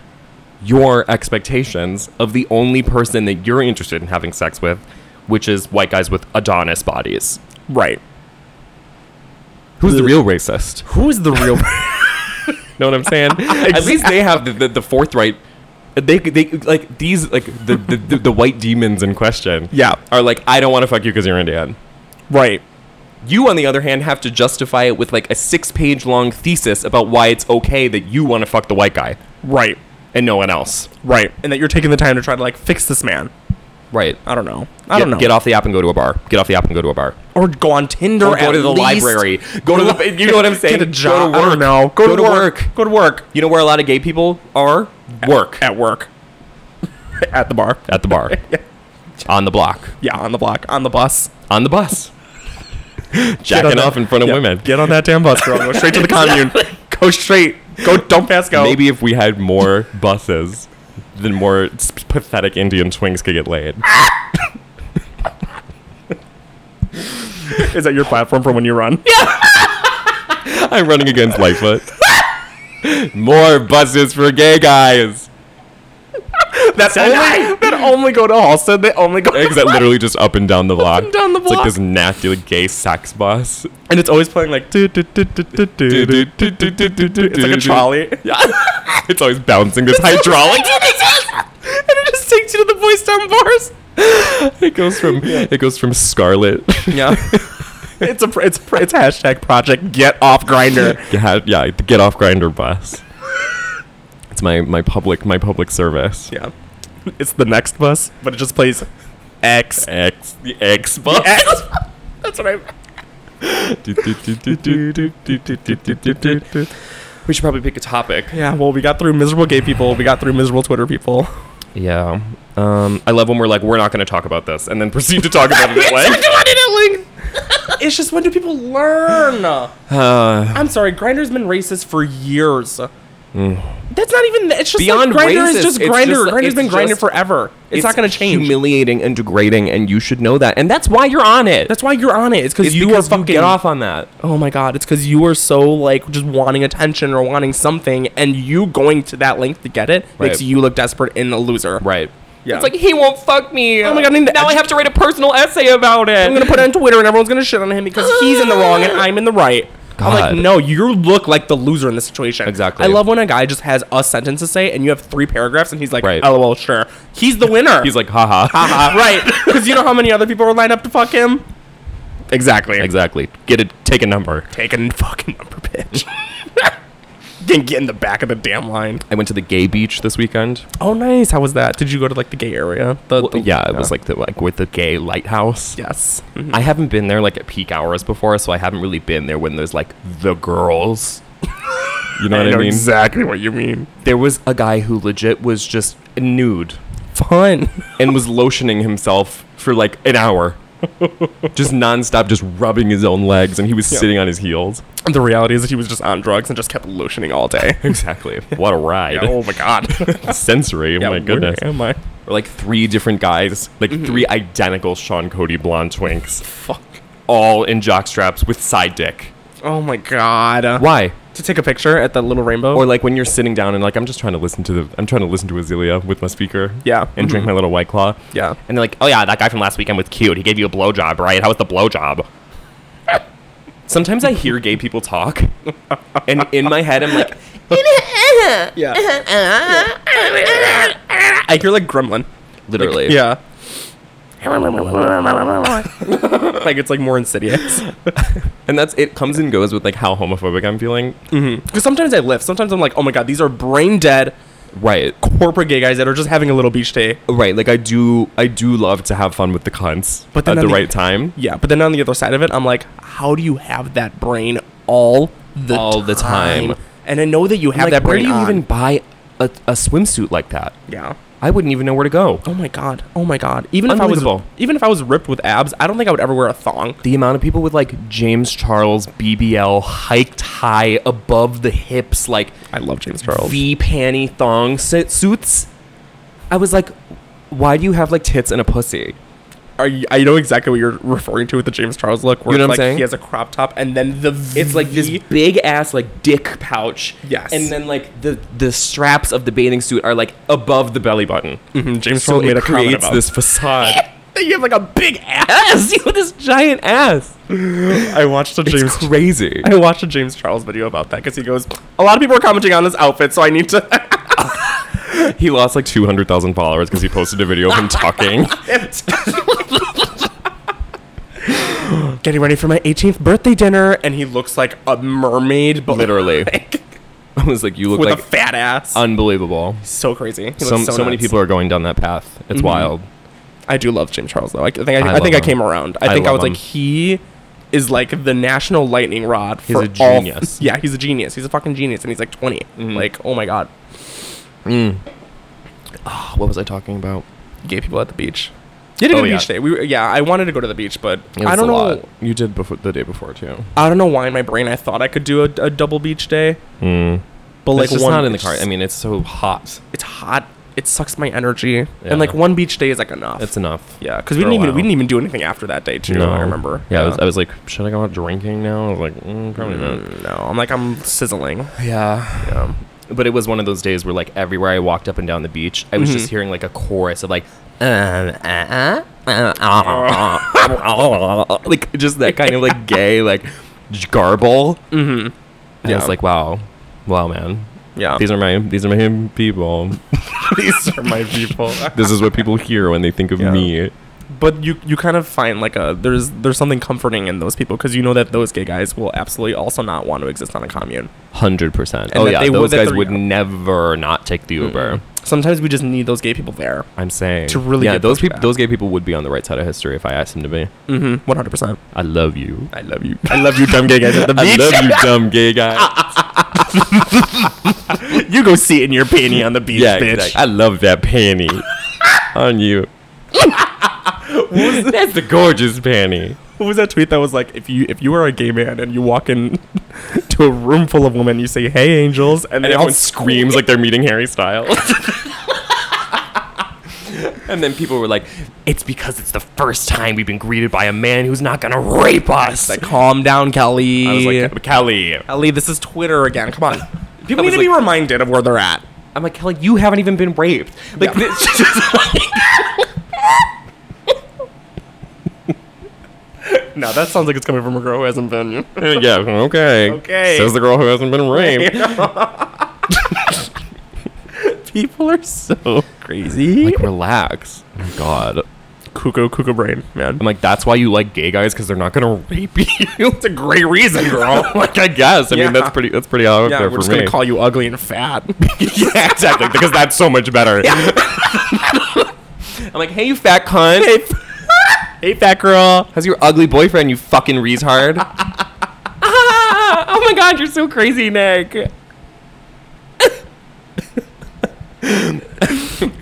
C: your expectations of the only person that you're interested in having sex with, which is white guys with Adonis bodies.
D: Right.
C: Who's the real racist?
D: Who is the real?
C: know what I'm saying? At least they have the, the, the forthright. They, they like these like the, the, the, the white demons in question.
D: Yeah.
C: are like I don't want to fuck you because you're Indian.
D: right.
C: You, on the other hand, have to justify it with like a six page long thesis about why it's okay that you want to fuck the white guy
D: Right.
C: and no one else.
D: Right. And that you're taking the time to try to like fix this man.
C: Right.
D: I don't know.
C: get,
D: I don't know.
C: Get off the app and go to a bar. Get off the app and go to a bar.
D: or go on Tinder.
C: Or go
D: at
C: to the
D: least.
C: library. Go to the. You know what I'm saying?
D: Get a job.
C: Go to
D: I
C: work.
D: don't know. Go, to, work. Go to work.
C: You know where a lot of gay people are? Work
D: At work. at the bar.
C: at the bar, on the block,
D: Yeah, on the block. On the bus.
C: on the bus,
D: Get on
C: jacking
D: that-
C: off in front of
D: yeah,
C: women.
D: Get on that damn bus, girl. Go straight to the commune. Go straight. Go. Don't pass go.
C: Maybe if we had more buses, then more s- pathetic Indian twinks could get laid.
D: is that your platform for when you run?
C: I'm running against Lightfoot. More buses for gay guys.
D: That only that only go to Halsted. They only go.
C: Is that literally just up and down the block?
D: and down the
C: It's like
D: block.
C: this nasty gay sax bus.
D: and it's always playing like do do do do do do do. It's
C: It's
D: like a trolley.
C: Yeah. it's always bouncing this hydraulic.
D: and it just takes you to the voice down bars.
C: It goes from it goes from scarlet.
D: Yeah. it's a pr- it's pr- it's hashtag project get off grinder.
C: yeah, yeah, the get off grinder bus. It's my, my public my public service.
D: Yeah. It's the next bus, but it just plays X.
C: X the X bus.
D: X. That's what I.
C: We should probably pick a topic.
D: Yeah. Well, we got through miserable gay people. We got through miserable Twitter people.
C: Yeah. Um, I love when we're like, we're not going to talk about this, and then proceed to talk about it anyway.
D: It's just when do people learn?
C: Uh,
D: I'm sorry, Grinder's been racist for years. That's not even. It's just
C: Beyond
D: like Grinder is
C: racist,
D: just
C: it's
D: Grinder.
C: just-
D: Grinder's
C: it's
D: been Grinder
C: just-
D: forever. It's, not going to change.
C: Humiliating and degrading, and you should know that, and that's why you're on it.
D: That's why you're on it. It's because
C: It's
D: you are
C: because
D: fucking.
C: get off on that.
D: Oh my god, it's because you were so like just wanting attention or wanting something, and you going to that length to get it
C: Right.
D: makes you look desperate and a loser.
C: Right.
D: Yeah.
C: It's like he won't fuck me.
D: Oh my God, I need to
C: now I
D: edu-
C: have to write a personal essay about it.
D: I'm gonna put it on Twitter and everyone's gonna shit on him because he's in the wrong and I'm in the right. I'm
C: God.
D: like, no, you look like the loser in this situation.
C: Exactly.
D: I love when a guy just has a sentence to say and you have three paragraphs and he's like,
C: Right.
D: lol, sure. He's the winner.
C: He's like, haha.
D: Haha, Ah, right. Because you know how many other people were lined up to fuck him? Exactly.
C: exactly. Get it. Take a number.
D: Take a fucking number, bitch. Didn't get in the back of the damn line.
C: I went to the gay beach this weekend.
D: Oh, nice. How was that? Did you go to like the gay area? The, the-
C: yeah, it was like the like with the gay lighthouse.
D: yes.
C: I haven't been there like at peak hours before, so I haven't really been there when there's like the girls. You know what I, mean?
D: exactly what you mean.
C: There was a guy who legit was just nude
D: Fun.
C: and was lotioning himself for like an hour. just nonstop, just rubbing his own legs, and he was sitting on his heels.
D: The reality is that he was just on drugs and just kept lotioning all day.
C: Exactly. What a ride.
D: oh my god.
C: Sensory.
D: Yeah,
C: oh my
D: where
C: goodness.
D: am I?
C: Or like three different guys, like three identical Sean Cody blonde twinks,
D: Fuck.
C: all in jockstraps with side dick.
D: Oh my god.
C: Why?
D: To take a picture at that little rainbow?
C: Or like when you're sitting down and like I'm just trying to listen to the I'm trying to listen to Azealia with my speaker.
D: Yeah.
C: And drink my little white claw.
D: Yeah.
C: And they're like, oh Mm-hmm. yeah, that guy from last weekend was cute. He gave you a blowjob, right? How was the blowjob? Sometimes I hear gay people talk, and in my head I'm like,
D: yeah. I hear like gremlin.
C: literally,
D: Yeah. like it's like more insidious.
C: And that's it comes and goes with like how homophobic I'm feeling.
D: Because sometimes I lift. Sometimes I'm like, oh my god, these are brain dead
C: Right.
D: corporate gay guys that are just having a little beach day.
C: Right, like I do, I do love to have fun with the cunts,
D: But
C: but
D: then
C: at
D: on
C: the
D: the-
C: right time,
D: Yeah, but then on the other side of it, I'm like, how do you have that brain all the
C: All the time.
D: And I know that you have
C: like,
D: that
C: where
D: brain.
C: do you
D: on.
C: even buy a, a swimsuit like that?
D: Yeah.
C: I wouldn't even know where to go.
D: Oh my god. Oh my god. Even if I was
C: Unbelievable.
D: even if I was ripped with abs, I don't think I would ever wear a thong.
C: The amount of people with like James Charles BBL hiked high above the hips, like
D: I love James Charles.
C: V panty thong sit- suits. I was like, why do you have like tits and a pussy?
D: Are you, I know exactly what you're referring to with the James Charles look. Where
C: You know what
D: it's
C: I'm
D: like
C: saying?
D: He has a crop top and then the
C: It's like this
D: V-
C: big ass like dick pouch.
D: Yes.
C: And then like the the straps of the bathing suit are like above the belly button.
D: Mhm, James
C: So
D: Charles made
C: it
D: a comment
C: creates
D: about
C: this facade.
D: you have like a big ass.
C: ass. You have this giant ass.
D: I watched a James.
C: It's crazy.
D: I watched a James Charles video about that because he goes, a lot of people are commenting on this outfit, so I need to.
C: He lost like 200,000 followers because he posted a video of him talking.
D: Getting ready for my 18th birthday dinner, and he looks like a mermaid, but
C: Literally.
D: like,
C: I was like, you look
D: with
C: like
D: a fat ass.
C: unbelievable.
D: so crazy. He looks
C: Some, so, Mm-hmm. many
D: nuts.
C: people are going down that path. It's wild.
D: I do love James Charles though. I think I, I,
C: love
D: think I
C: him.
D: came around. I,
C: I
D: think I
C: love
D: was like
C: him.
D: he is like the national lightning rod. He's for
C: a
D: all-
C: genius. Mm-hmm.
D: yeah, he's a genius. He's a fucking genius, and he's like 20 Like oh my god,
C: Mm. Ah, What was I talking about?
D: gay people at the beach. You did a
C: Oh,
D: good
C: yeah.
D: beach day. We were, yeah, I wanted to go to the beach, but
C: It
D: I
C: was
D: don't
C: a
D: know.
C: lot. You did before the day before too.
D: I don't know why in my brain I thought I could do a, a double beach day, but like
C: it's just
D: one
C: Hmm. not in the
D: it's
C: car.
D: just-
C: I mean, it's so hot.
D: it's hot. It sucks my energy,
C: Yeah.
D: and like one beach day is like enough.
C: It's enough.
D: yeah, because we
C: for a
D: didn't even
C: while.
D: we didn't even do anything after that day too. I remember.
C: Yeah, I, was, I was like, should I go out drinking now? I was like, mm, probably
D: Mm, no, I'm like I'm sizzling.
C: not. Yeah.
D: Yeah.
C: But it was one of those days where like everywhere I walked up and down the beach, I was
D: Mm-hmm.
C: just hearing like a chorus of like, um, uh, uh, uh, uh, uh, like just that kind of like gay like j- garble. Mm-hmm. And I
D: Yeah.
C: was like, wow, wow, man.
D: Yeah.
C: These are my these are my people.
D: These are my people.
C: this is what people hear when they think of
D: Yeah.
C: me.
D: But you you kind of find like a there's there's something comforting in those people because you know that those gay guys will absolutely also not want to exist on a commune.
C: Hundred percent.
D: And
C: Oh
D: that
C: yeah,
D: they would-
C: those
D: that
C: guys
D: they're-
C: would never not take the Uber.
D: Sometimes we just need those gay people there.
C: I'm saying
D: To really
C: yeah.
D: get
C: Those
D: pushed
C: people,
D: back.
C: those gay people would be on the right side of history if I asked them to be.
D: Mm-hmm. One hundred percent.
C: I love you.
D: I love you. Ah, I love you, dumb gay guys at the
C: I
D: beach.
C: love you, dumb gay guy.
D: you go sit in your panty on the beach,
C: yeah,
D: bitch.
C: exactly. I love that panty on you. That's the gorgeous panty.
D: What was that tweet that was like, if you if you are a gay man and you walk in to a room full of women, you say, "Hey, angels," and,
C: And
D: then
C: everyone screams like they're meeting Harry Styles. and then people were like, "It's because it's the first time we've been greeted by a man who's not gonna rape us."
D: like, "Calm down, Kelly."
C: I was like, "Kelly,
D: "Kelly, this is Twitter again. Come on." People
C: I
D: need
C: was
D: to be
C: like-
D: reminded of where they're at.
C: I'm like, Kelly, you haven't even been raped. Like,
D: Yeah.
C: this this is like,
D: No, that sounds like it's coming from a girl who hasn't been.
C: yeah, okay.
D: Okay.
C: Says the girl who hasn't been raped.
D: People are so crazy.
C: like, relax. Oh my God.
D: cuckoo, cuckoo brain, man.
C: I'm like, that's why you like gay guys because they're not gonna rape you. it's a great reason, girl. like, I guess. I
D: Yeah.
C: mean, that's pretty. That's pretty out
D: yeah,
C: there for
D: we're just
C: me.
D: gonna call you ugly and fat.
C: yeah, exactly. Because that's so much better. I'm like, hey, you fat cunt. Hey, fat girl. How's your ugly boyfriend? You fucking retard. ah, oh my god, you're so crazy, Nick.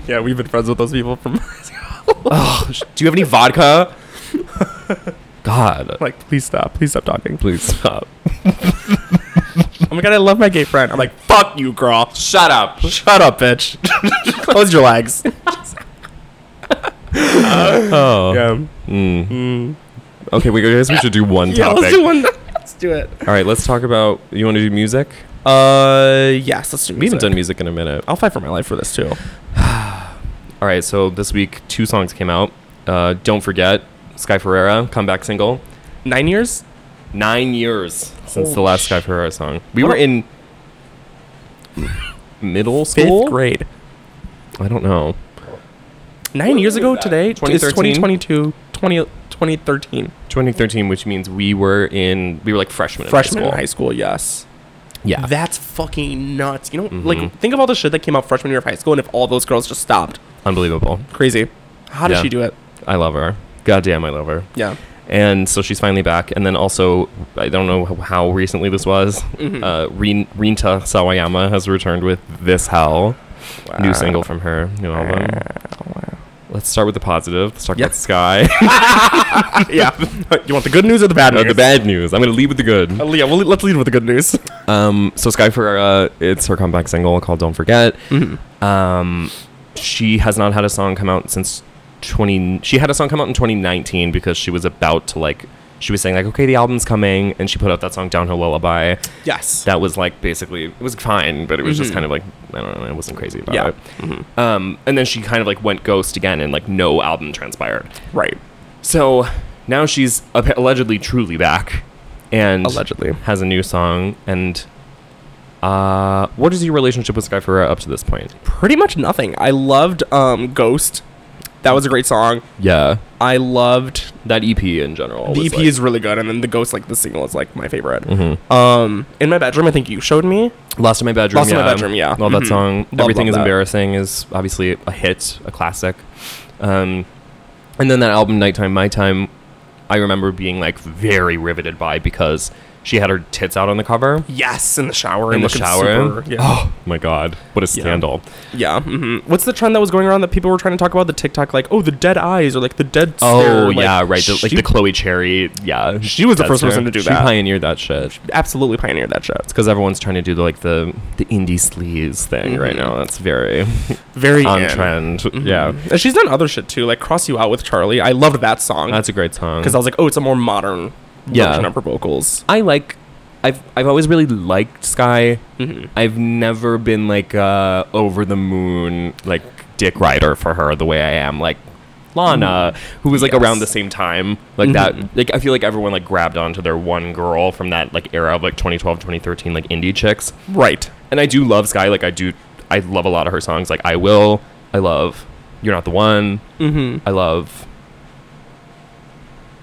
D: yeah, we've been friends with those people from.
C: Oh, sh- do you have any vodka? God,
D: like, please stop, please stop talking.
C: please stop.
D: Oh my god, I love my gay friend. I'm like, fuck you, girl.
C: Shut up.
D: Shut up, bitch. Close your legs.
C: Oh.
D: Yeah.
C: Okay, we guys, we should do one
D: Yeah,
C: topic.
D: let's do one. Let's do it.
C: All right, let's talk about. You want to do music?
D: Uh, yes, let's do.
C: We haven't done music in a minute.
D: I'll fight for my life for this too.
C: All right, so this week two songs came out. Uh, Don't forget, Sky Ferreira comeback single.
D: Nine years.
C: Nine years since the
D: Holy
C: last Sky Ferreira song. We
D: What
C: were
D: a-
C: in middle school.
D: Fifth grade.
C: I don't know.
D: Nine years ago today. It's
C: 2013?
D: 2022. 20, 2013.
C: 2013, which means we were in. We were like freshmen.
D: Freshman
C: in high
D: high
C: school.
D: school. Yes.
C: Yeah.
D: That's fucking nuts. You know, like think of all the shit that came out freshman year of high school, and if all those girls just stopped,
C: Unbelievable.
D: crazy. How did
C: Yeah.
D: she do it?
C: I love her. Goddamn, I love her.
D: Yeah.
C: And so she's finally back. And then also, I don't know how- how recently this was. Uh, Rin- Rinta Sawayama has returned with This Hell. New single from her, new album. Let's start with the positive. Let's talk
D: Yeah.
C: about Sky.
D: yeah. you want the good news or the bad
C: Uh,
D: news?
C: the bad news. I'm going to lead with the good.
D: Uh, yeah, well, let's lead with the good news.
C: Um, so Sky Ferreira, it's her comeback single called "Don't Forget."
D: Mm-hmm.
C: Um, she has not had a song come out since twenty. She had a song come out in twenty nineteen because she was about to like she was saying like, okay, the album's coming, and she put out that song Downhill Lullaby.
D: Yes.
C: That was like basically it was fine, but it was just kind of like I don't know, I wasn't crazy about
D: Mm-hmm. Yeah. Mm-hmm.
C: it. Um, and then she kind of like went ghost again, and like no album transpired.
D: right.
C: So now she's appa- allegedly truly back, and
D: Allegedly.
C: has a new song. And uh, what is your relationship with Sky Ferreira up to this point?
D: Pretty much nothing. I loved um, Ghost. That was a great song.
C: Yeah, E
D: I loved
C: that EP in general.
D: the
C: was,
D: EP
C: like-
D: is really good, and then the Ghost like the single is like my favorite.
C: Mm-hmm.
D: Um, in my bedroom, I think you showed me.
C: Lost in My Bedroom. Mm-hmm.
D: Lost in My Bedroom, yeah.
C: Love that
D: Mhm.
C: song.
D: Love,
C: Everything
D: love
C: is
D: that.
C: Embarrassing is obviously a hit, a classic. Um, and then that album, Nighttime, My Time, I remember being like very riveted by because she had her tits out on the cover.
D: Yes, in the shower.
C: In
D: and
C: the
D: looking
C: shower.
D: super- yeah.
C: Oh my god. What a scandal.
D: Yeah. hmm What's the trend that was going around that people were trying to talk about the TikTok, like, oh, the dead eyes or like the dead. stare,
C: Oh
D: like,
C: yeah, right. The, like
D: she
C: the Chloe Cherry. Yeah, she
D: was the first person to do that.
C: She pioneered that shit
D: absolutely pioneered that show. It's
C: because everyone's trying to do the, like the the indie sleaze thing right
D: Mhm.
C: now. That's very
D: very
C: on
D: in.
C: trend.
D: Mm-hmm.
C: Yeah,
D: And she's done other shit too, like "Cross You Out" with Charlie. I loved that song
C: that's a great song.
D: because I was like, oh, it's a more modern
C: Yeah.
D: version of her vocals.
C: I like. I've I've always really liked Sky.
D: Mm-hmm.
C: I've never been like uh, over the moon like Dick Rider for her the way I am like Lana, who was like
D: Mm-hmm. Yes. Mm-hmm.
C: around the same time like that. Like I feel like everyone like grabbed onto their one girl from that like era of like 2012 2013 like indie chicks.
D: Right.
C: And I do love Sky. Like I do. I love a lot of her songs. Like I will. I love. You're not the one.
D: Mm-hmm.
C: I love.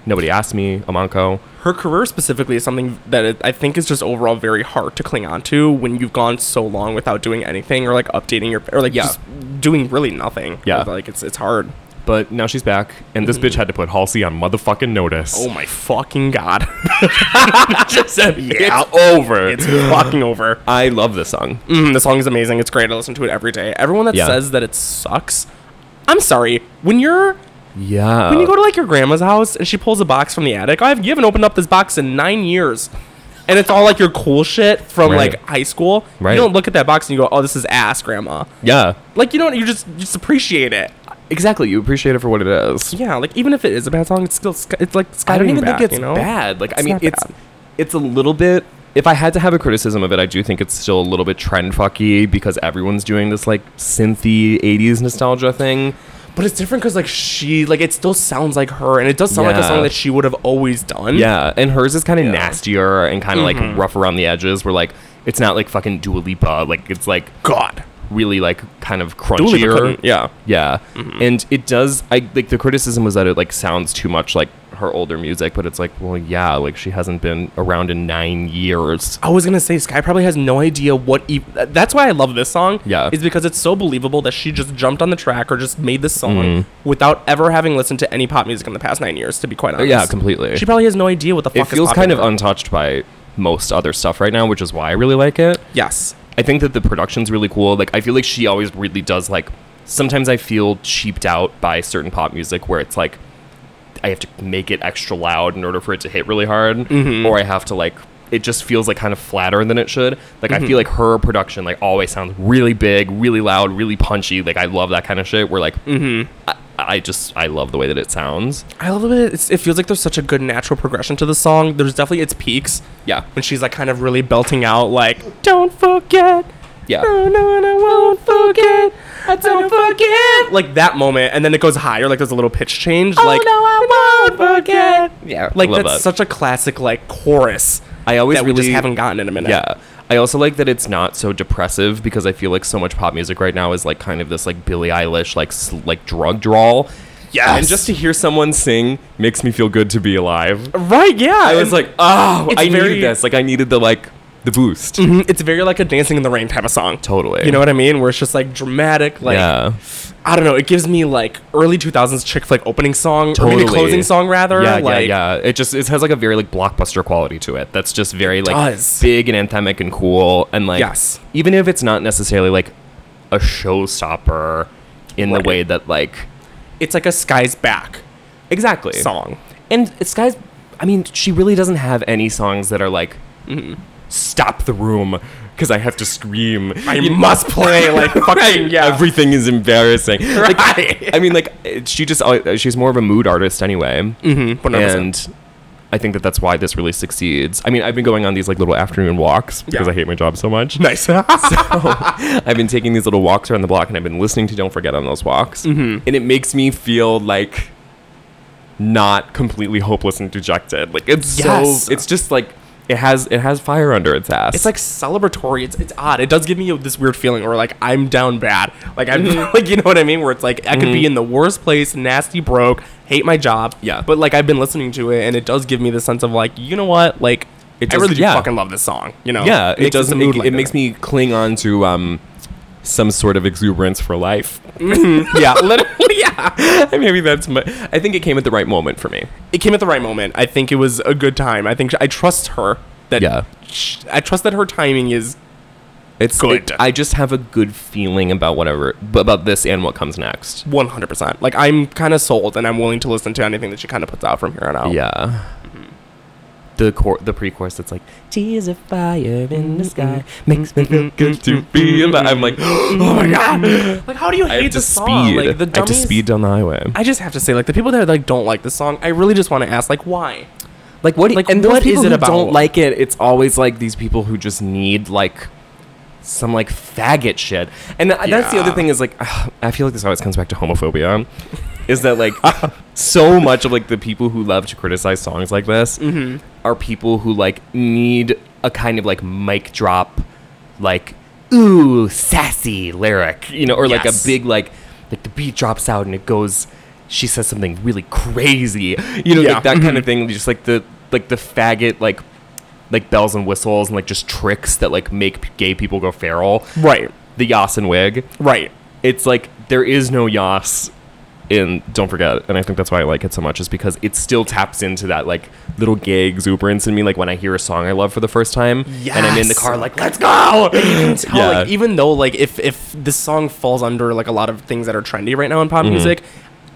C: Nobody asked me. Amanco.
D: Her career specifically is something that it, I think is just overall very hard to cling on to when you've gone so long without doing anything or like updating your or like
C: Yeah.
D: just doing really nothing.
C: Yeah.
D: Like it's it's hard.
C: but now she's back, and this bitch had to put Halsey on motherfucking notice.
D: Oh my fucking god.
C: yeah, it's over.
D: it's fucking over.
C: I love this song.
D: Mm, the song is amazing. It's great. I listen to it every day. Everyone that
C: Yeah.
D: says that it sucks, I'm sorry. When you're
C: Yeah.
D: when you go to like your grandma's house and she pulls a box from the attic, I've you haven't opened up this box in nine years, and it's all like your cool shit from
C: Right.
D: like high school.
C: Right.
D: You don't look at that box and you go, "Oh, this is ass, grandma."
C: yeah,
D: Like you don't. You just you just appreciate it.
C: exactly. You appreciate it for what it is.
D: Yeah. Like even if it is a bad song, it's still sk- it's like
C: I don't even
D: back,
C: think it's
D: you know?
C: bad. Like I
D: It's
C: mean,
D: not
C: it's
D: bad.
C: it's a little bit. If I had to have a criticism of it, I do think it's still a little bit trend fucky because everyone's doing this like synthy '80s nostalgia thing.
D: But it's different because like she like it still sounds like her, and it does sound like
C: Yeah.
D: a song that she would have always done.
C: Yeah, and hers is kind of nastier and kind of like
D: Mm-hmm.
C: rough around the edges. Where like it's not like fucking Dua Lipa. Like it's like
D: God.
C: really like kind of crunchier.
D: Dua Lipa couldn't- Yeah. Mm-hmm.
C: Yeah, and it does. I like the criticism was that it like sounds too much like her older music, but it's like, well, yeah, like she hasn't been around in nine years.
D: I was gonna say Sky probably has no idea what. E- that's why I love this song.
C: Yeah.
D: is because it's so believable that she just jumped on the track or just made this song
C: Mm-hmm.
D: without ever having listened to any pop music in the past nine years. To be quite honest,
C: yeah, completely.
D: She probably has no idea what the
C: It
D: fuck.
C: feels
D: is
C: kind of
D: popular.
C: untouched by most other stuff right now, which is why I really like it.
D: yes.
C: I think that the production's really cool. Like I feel like she always really does like sometimes I feel cheaped out by certain pop music where it's like I have to make it extra loud in order for it to hit really hard or I have to like it just feels like kind of flatter than it should. Like I feel like her production like always sounds really big, really loud, really punchy. Like I love that kind of shit where like I, I just I love the way that it sounds.
D: I love it. It's, it feels like there's such a good natural progression to the song. There's definitely its peaks.
C: Yeah.
D: when she's like kind of really belting out like "Don't forget."
C: Yeah.
D: No, Oh, no, and I won't forget. I don't forget. Oh, Like that moment, and then it goes higher. Like there's a little pitch change. like
C: I won't
D: forget.
C: Yeah.
D: Like
C: love
D: that's
C: that.
D: such a classic like chorus
C: I always
D: that we
C: really
D: just haven't gotten in a minute.
C: Yeah. I also like that it's not so depressive because I feel like so much pop music right now is like kind of this like Billie Eilish like s- like drug drawl.
D: Yes.
C: And just to hear someone sing makes me feel good to be alive.
D: Right, yeah.
C: I was like, oh,
D: It's
C: I
D: very-
C: needed this. Like I needed the like the boost.
D: it's very like a dancing in the rain type of song.
C: Totally.
D: You know what I mean? Where it's just like dramatic, like
C: yeah.
D: I don't know, it gives me like early two thousands chick flick opening song or maybe closing song rather.
C: Yeah,
D: like
C: yeah, yeah. It just it has like a very like blockbuster quality to it. That's just very like
D: does.
C: big and anthemic and cool and like
D: Yes.
C: even if it's not necessarily like a showstopper in
D: Right.
C: the way that like
D: It's like a sky's back
C: exactly
D: song.
C: And Sky's, I mean, she really doesn't have any songs that are like, stop the room because I have to scream.
D: I
C: You-
D: must play like fucking yeah.
C: Everything is embarrassing. Like,
D: Right.
C: uh,
D: Mm-hmm,
C: I mean, like, it- she just, al- she's more of a mood artist anyway.
D: Mhm, 100%.
C: And I think that that's why this really succeeds. I mean, I've been going on these like little afternoon walks because
A: Yeah.
C: I hate my job so much.
D: Nice.
C: I've been taking these little walks around the block and I've been listening to Don't Forget on those walks.
D: Mm-hmm.
C: And it makes me feel like not completely hopeless and dejected. Like it's
D: Yes.
C: so it's just like it has it has fire under its ass.
D: it's like celebratory. It's, it's odd. It does give me this weird feeling where like I'm down bad. Like I'm like you know what I mean. Where it's like I could be in the worst place, nasty, broke, hate my job.
C: Yeah.
D: But like I've been listening to it, and it does give me the sense of like you know what like
C: It
D: I
C: does-
D: really do
C: yeah.
D: fucking love this song. You know.
C: yeah, it
D: makes us
C: doesn't
D: mood
C: make, it
D: lighter.
C: makes me cling on to um some sort of exuberance for life.
D: yeah literally Mm-hmm. yeah.
C: Maybe that's my I think it came at the right moment for me.
D: it came at the right moment. I think it was a good time. I think I trust her. That
C: Yeah.
D: sh- I trust that her timing is
C: It's
D: Good.
C: it- I just have a good feeling about whatever about this and what comes next.
D: 100%. Like I'm kind of sold and I'm willing to listen to anything that she kind of puts out from here on
C: Oh.
D: out.
C: Yeah. The cor- the pre-chorus that's like tears of fire in the sky makes me feel good to be alive. I'm like, oh my god!
D: Like how do you
C: I have
D: hate
C: to
D: this song?
C: speed.
D: Like the dummies,
C: I have to speed down the highway.
D: I just have to say like the people that like don't like this song, I really just want to ask like why?
C: Like what?
D: like,
C: and
D: those
C: what
D: people
C: is it
D: who
C: about?
D: don't
C: Don't like it? It's always like these people who just need like some like faggot shit. And th- that's the
D: Yeah.
C: other thing is like I feel like this always comes back to homophobia. Is that like so much of like the people who love to criticize songs like this are people who like need a kind of like mic drop, like ooh sassy lyric, you know, or like
D: Yes.
C: a big like like the beat drops out and it goes. She says something really crazy, you know,
D: Yeah. Mm-hmm.
C: like that kind of thing. Just like the like the faggot like like bells and whistles and like just tricks that like make p- gay people go feral.
D: Right.
C: The Yas and wig.
D: Right.
C: It's like there is no Yas in Don't Forget, and I think that's why I like it so much is because it still taps into that like little gay exuberance in me. Like when I hear a song I love for the first time, and I'm in the
D: Yes.
C: car like, let's go.
D: Tell, like, even though like if if this song falls under like a lot of things that are trendy right now in
C: Mm-hmm.
D: pop music,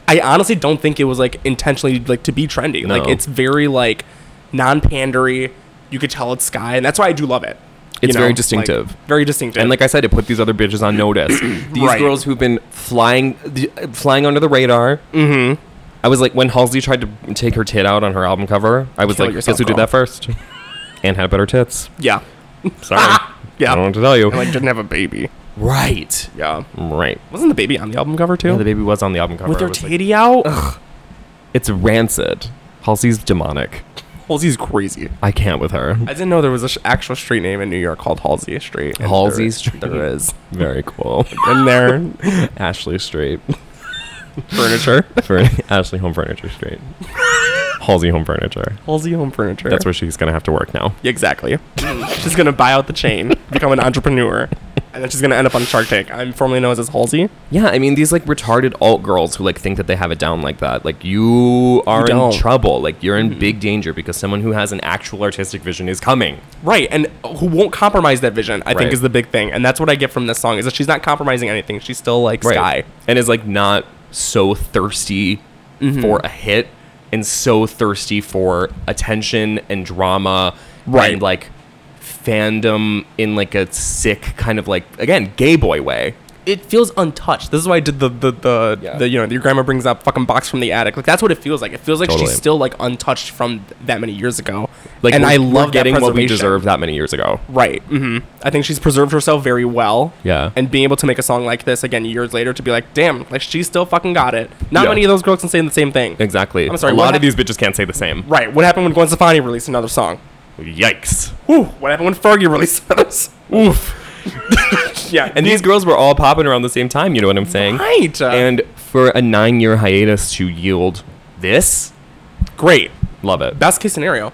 D: I honestly don't think it was like intentionally like to be trendy. Like
C: No.
D: it's very like non-pandery. You could tell it's Sky, and that's why I do love it. you
C: It's very
D: like,
C: distinctive.
D: very distinctive.
C: And like I said, it put these other bitches on notice. these
D: Right.
C: girls who've been flying, th- flying under the radar. Mm-hmm. I was like, when Halsey tried to take her tit out on her album cover, I was
D: Kill
C: like,
D: yourself,
C: guess who did
D: girl."
C: that first? and had better tits.
D: yeah, Ah,
C: Sorry, I
D: yeah.
C: don't know what to tell you.
D: And, like didn't have a baby.
C: right,
D: Yeah.
C: right.
D: Wasn't the baby on the album cover too?
C: Yeah, the baby was on the album cover.
D: With
C: I
D: their
C: was like,
D: titty out. Ugh.
C: it's rancid. Halsey's demonic.
D: Halsey's crazy.
C: I can't with her.
D: I didn't know there was an sh- actual street name in New York called Halsey Street. and
C: Halsey
D: there-
C: Street.
D: There is.
C: Very cool.
D: And there,
C: Ashley Street.
D: furniture.
C: For Ashley Home Furniture Street. Halsey Home Furniture.
D: Halsey Home Furniture.
C: That's where she's gonna have to work now.
D: Exactly. she's gonna buy out the chain, become an entrepreneur, and then she's gonna end up on Shark Tank. I'm formerly known as Halsey.
C: Yeah, I mean these like retarded alt girls who like think that they have it down like that. Like you are in
D: don't.
C: trouble. Like you're in big danger because someone who has an actual artistic vision is coming.
D: Right, and who won't compromise that vision? I
C: Right.
D: think is the big thing, and that's what I get from this song is that she's not compromising anything. She's still like Sky.
C: And is like not so thirsty
D: Mm-hmm.
C: for a hit and so thirsty for attention and drama
D: Right.
C: and like fandom in like a sick kind of like again, gay boy way.
D: It feels untouched. This is why I did the the the,
C: Yeah.
D: the you know your grandma brings up fucking box from the attic. Like that's what it feels like. It feels like
C: Totally.
D: she's still like untouched from that many years ago.
C: Like
D: and
C: we're-
D: I
C: we're
D: love that
C: getting what we
D: preservation.
C: deserved that many years ago.
D: Right. hmm I think she's preserved herself very well.
C: Yeah.
D: And being able to make a song like this again years later to be like, damn, like she still fucking got it. Not
C: Yeah.
D: many of those girls can say the same thing.
C: Exactly.
D: I'm sorry,
C: A
D: what
C: lot of
D: hap-
C: these bitches can't say the same.
D: Right. What happened when Gwen Stefani released another song?
C: Yikes.
D: Whew. What happened when Fergie released another song? Oof. yeah.
C: And these girls were all popping around the same time, you know what I'm saying?
D: Right.
C: And for a nine year hiatus to yield this,
D: great.
C: love it.
D: Best case scenario.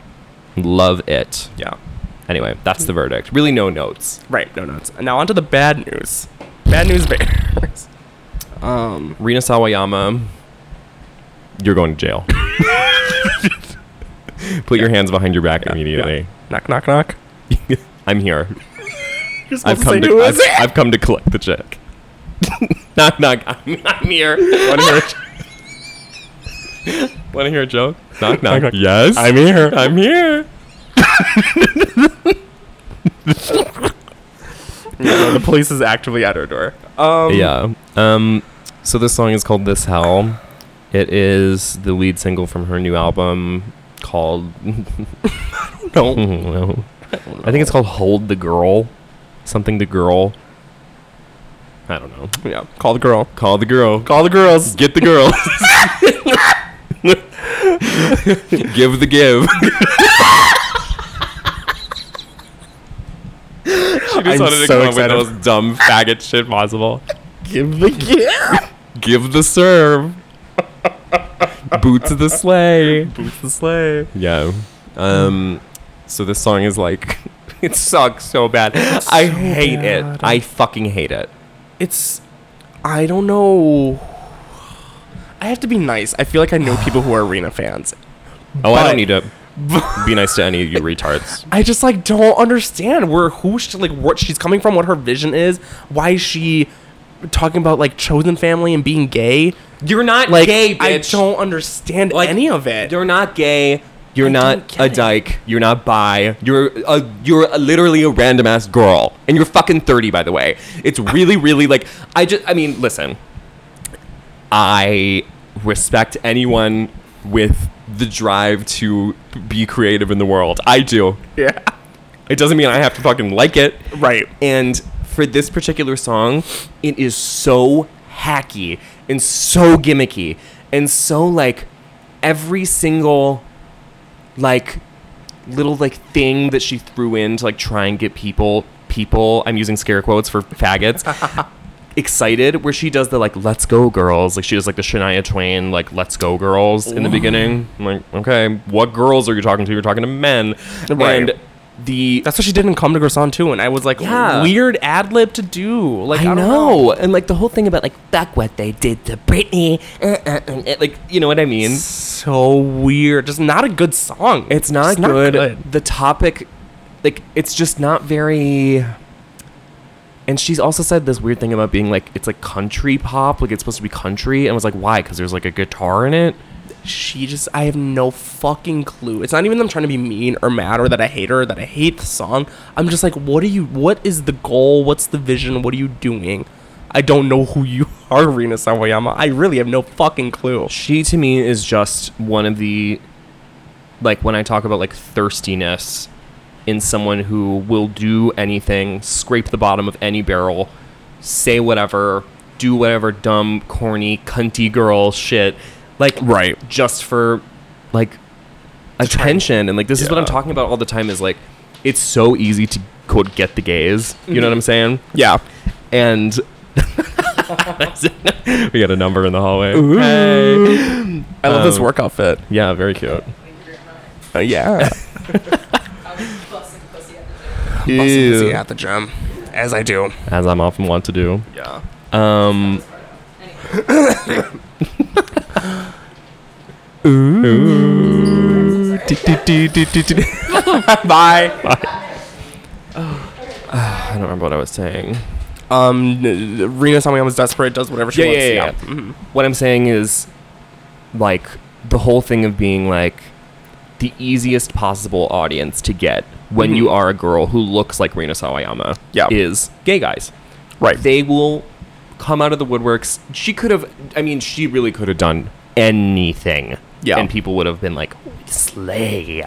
C: Love it.
D: Yeah.
C: Anyway, that's the verdict. Really, no notes.
D: Right. No notes. And now onto the bad news. Bad news bears. Um.
C: Rina Sawayama, you're going to jail. Put your hands behind your back immediately.
D: Knock knock knock.
C: I'm here.
D: You're supposed
C: I've
D: to
C: come
D: say
C: to,
D: who
C: I've,
D: is it?
C: I've come to collect the check. knock knock. I'm, I'm here. Want to hear? A, want to hear a joke? Knock knock.
D: knock.
C: Yes.
D: I'm here.
C: I'm here.
D: the police is actively at her door. Um.
C: Yeah. Um. So this song is called "This Hell." It is the lead single from her new album, called.
D: No.
C: no. I think it's called Hold the Girl. Something the girl. I don't know.
D: Yeah. Call the girl.
C: Call the girl.
D: Call the girls.
C: Get the girl. give the give. she just
D: I'm
C: wanted to
D: so
C: come
D: excited.
C: up with the most dumb faggot shit possible.
D: Give the gift.
C: Give the serve. Boots the sleigh.
D: Boots the sleigh.
C: Yeah. Um. So this song is like, it sucks so bad. I hate
D: bad.
C: it. I fucking hate it.
D: It's. I don't know. I have to be nice. I feel like I know people who are Arena fans.
C: Oh, I
D: But-
C: don't need to be nice to any of you retards.
D: I just like don't understand where who she, like what she's coming from, what her vision is, why is she talking about like chosen family and being gay.
C: You're not
D: Like
C: gay, bitch.
D: I don't understand
C: Like,
D: any of it.
C: You're not gay. You're
D: I don't
C: not
D: get
C: a
D: it.
C: dyke. You're not bi. You're a, you're a, literally a random ass girl, and you're fucking thirty, by the way. It's really, really like I just. I mean, listen. I respect anyone with the drive to be creative in the world. I do.
D: Yeah.
C: It doesn't mean I have to fucking like it.
D: Right.
C: And for this particular song, it is so hacky and so gimmicky and so like every single like little like thing that she threw in to like try and get people people I'm using scare quotes for faggots excited where she does the like let's go girls like she does like the Shania Twain like let's go girls in the beginning I'm like okay what girls are you talking to you're talking to men
D: Right.
C: and the
D: That's what she did in Come to Croissant too, and I was like,
C: Yeah.
D: weird ad lib to do. Like I,
C: I
D: don't
C: know. and like the whole thing about like fuck what they did to Britney, uh, uh, uh, uh, like you know what I mean.
D: so weird. Just not a good song.
C: It's not,
D: Just
C: good. The topic, like, it's just not very. And she's also said this weird thing about being like it's like country pop, like it's supposed to be country, and I was like, why? Because there's like a guitar in it.
D: She just I have no fucking clue. It's not even them trying to be mean or mad or that I hate her or that I hate the song. I'm just like, what are you what is the goal? What's the vision? What are you doing? I don't know who you are, Rina Sawayama. I really have no fucking clue.
C: She to me is just one of the, like when I talk about like thirstiness, in someone who will do anything, scrape the bottom of any barrel, say whatever, do whatever dumb, corny, cunty girl shit, like
D: Right.
C: just for like attention and like this is what I'm
D: Yeah.
C: talking about all the time is like it's so easy to quote get the gays. You know what I'm saying?
D: Yeah.
C: and we got a number in the hallway. Hey.
D: I love this
C: Um,
D: work outfit.
C: Yeah, very cute.
D: Uh, yeah. Busting pussy at the gym. As I do.
C: As I'm often want to do.
D: Yeah.
C: Um,
D: Bye.
C: I don't remember what I was saying.
D: Um, Rena Sawayama's desperate, does whatever she
C: Yeah,
D: wants.
C: yeah, yeah, yeah. What I'm saying is, like, the whole thing of being like the easiest possible audience to get when you are a girl who looks like Rina Sawayama
D: Yeah.
C: is gay guys.
D: Right.
C: They will come out of the woodworks. She could have, I mean, she really could have done anything.
D: Yeah.
C: And people would have been like, slay.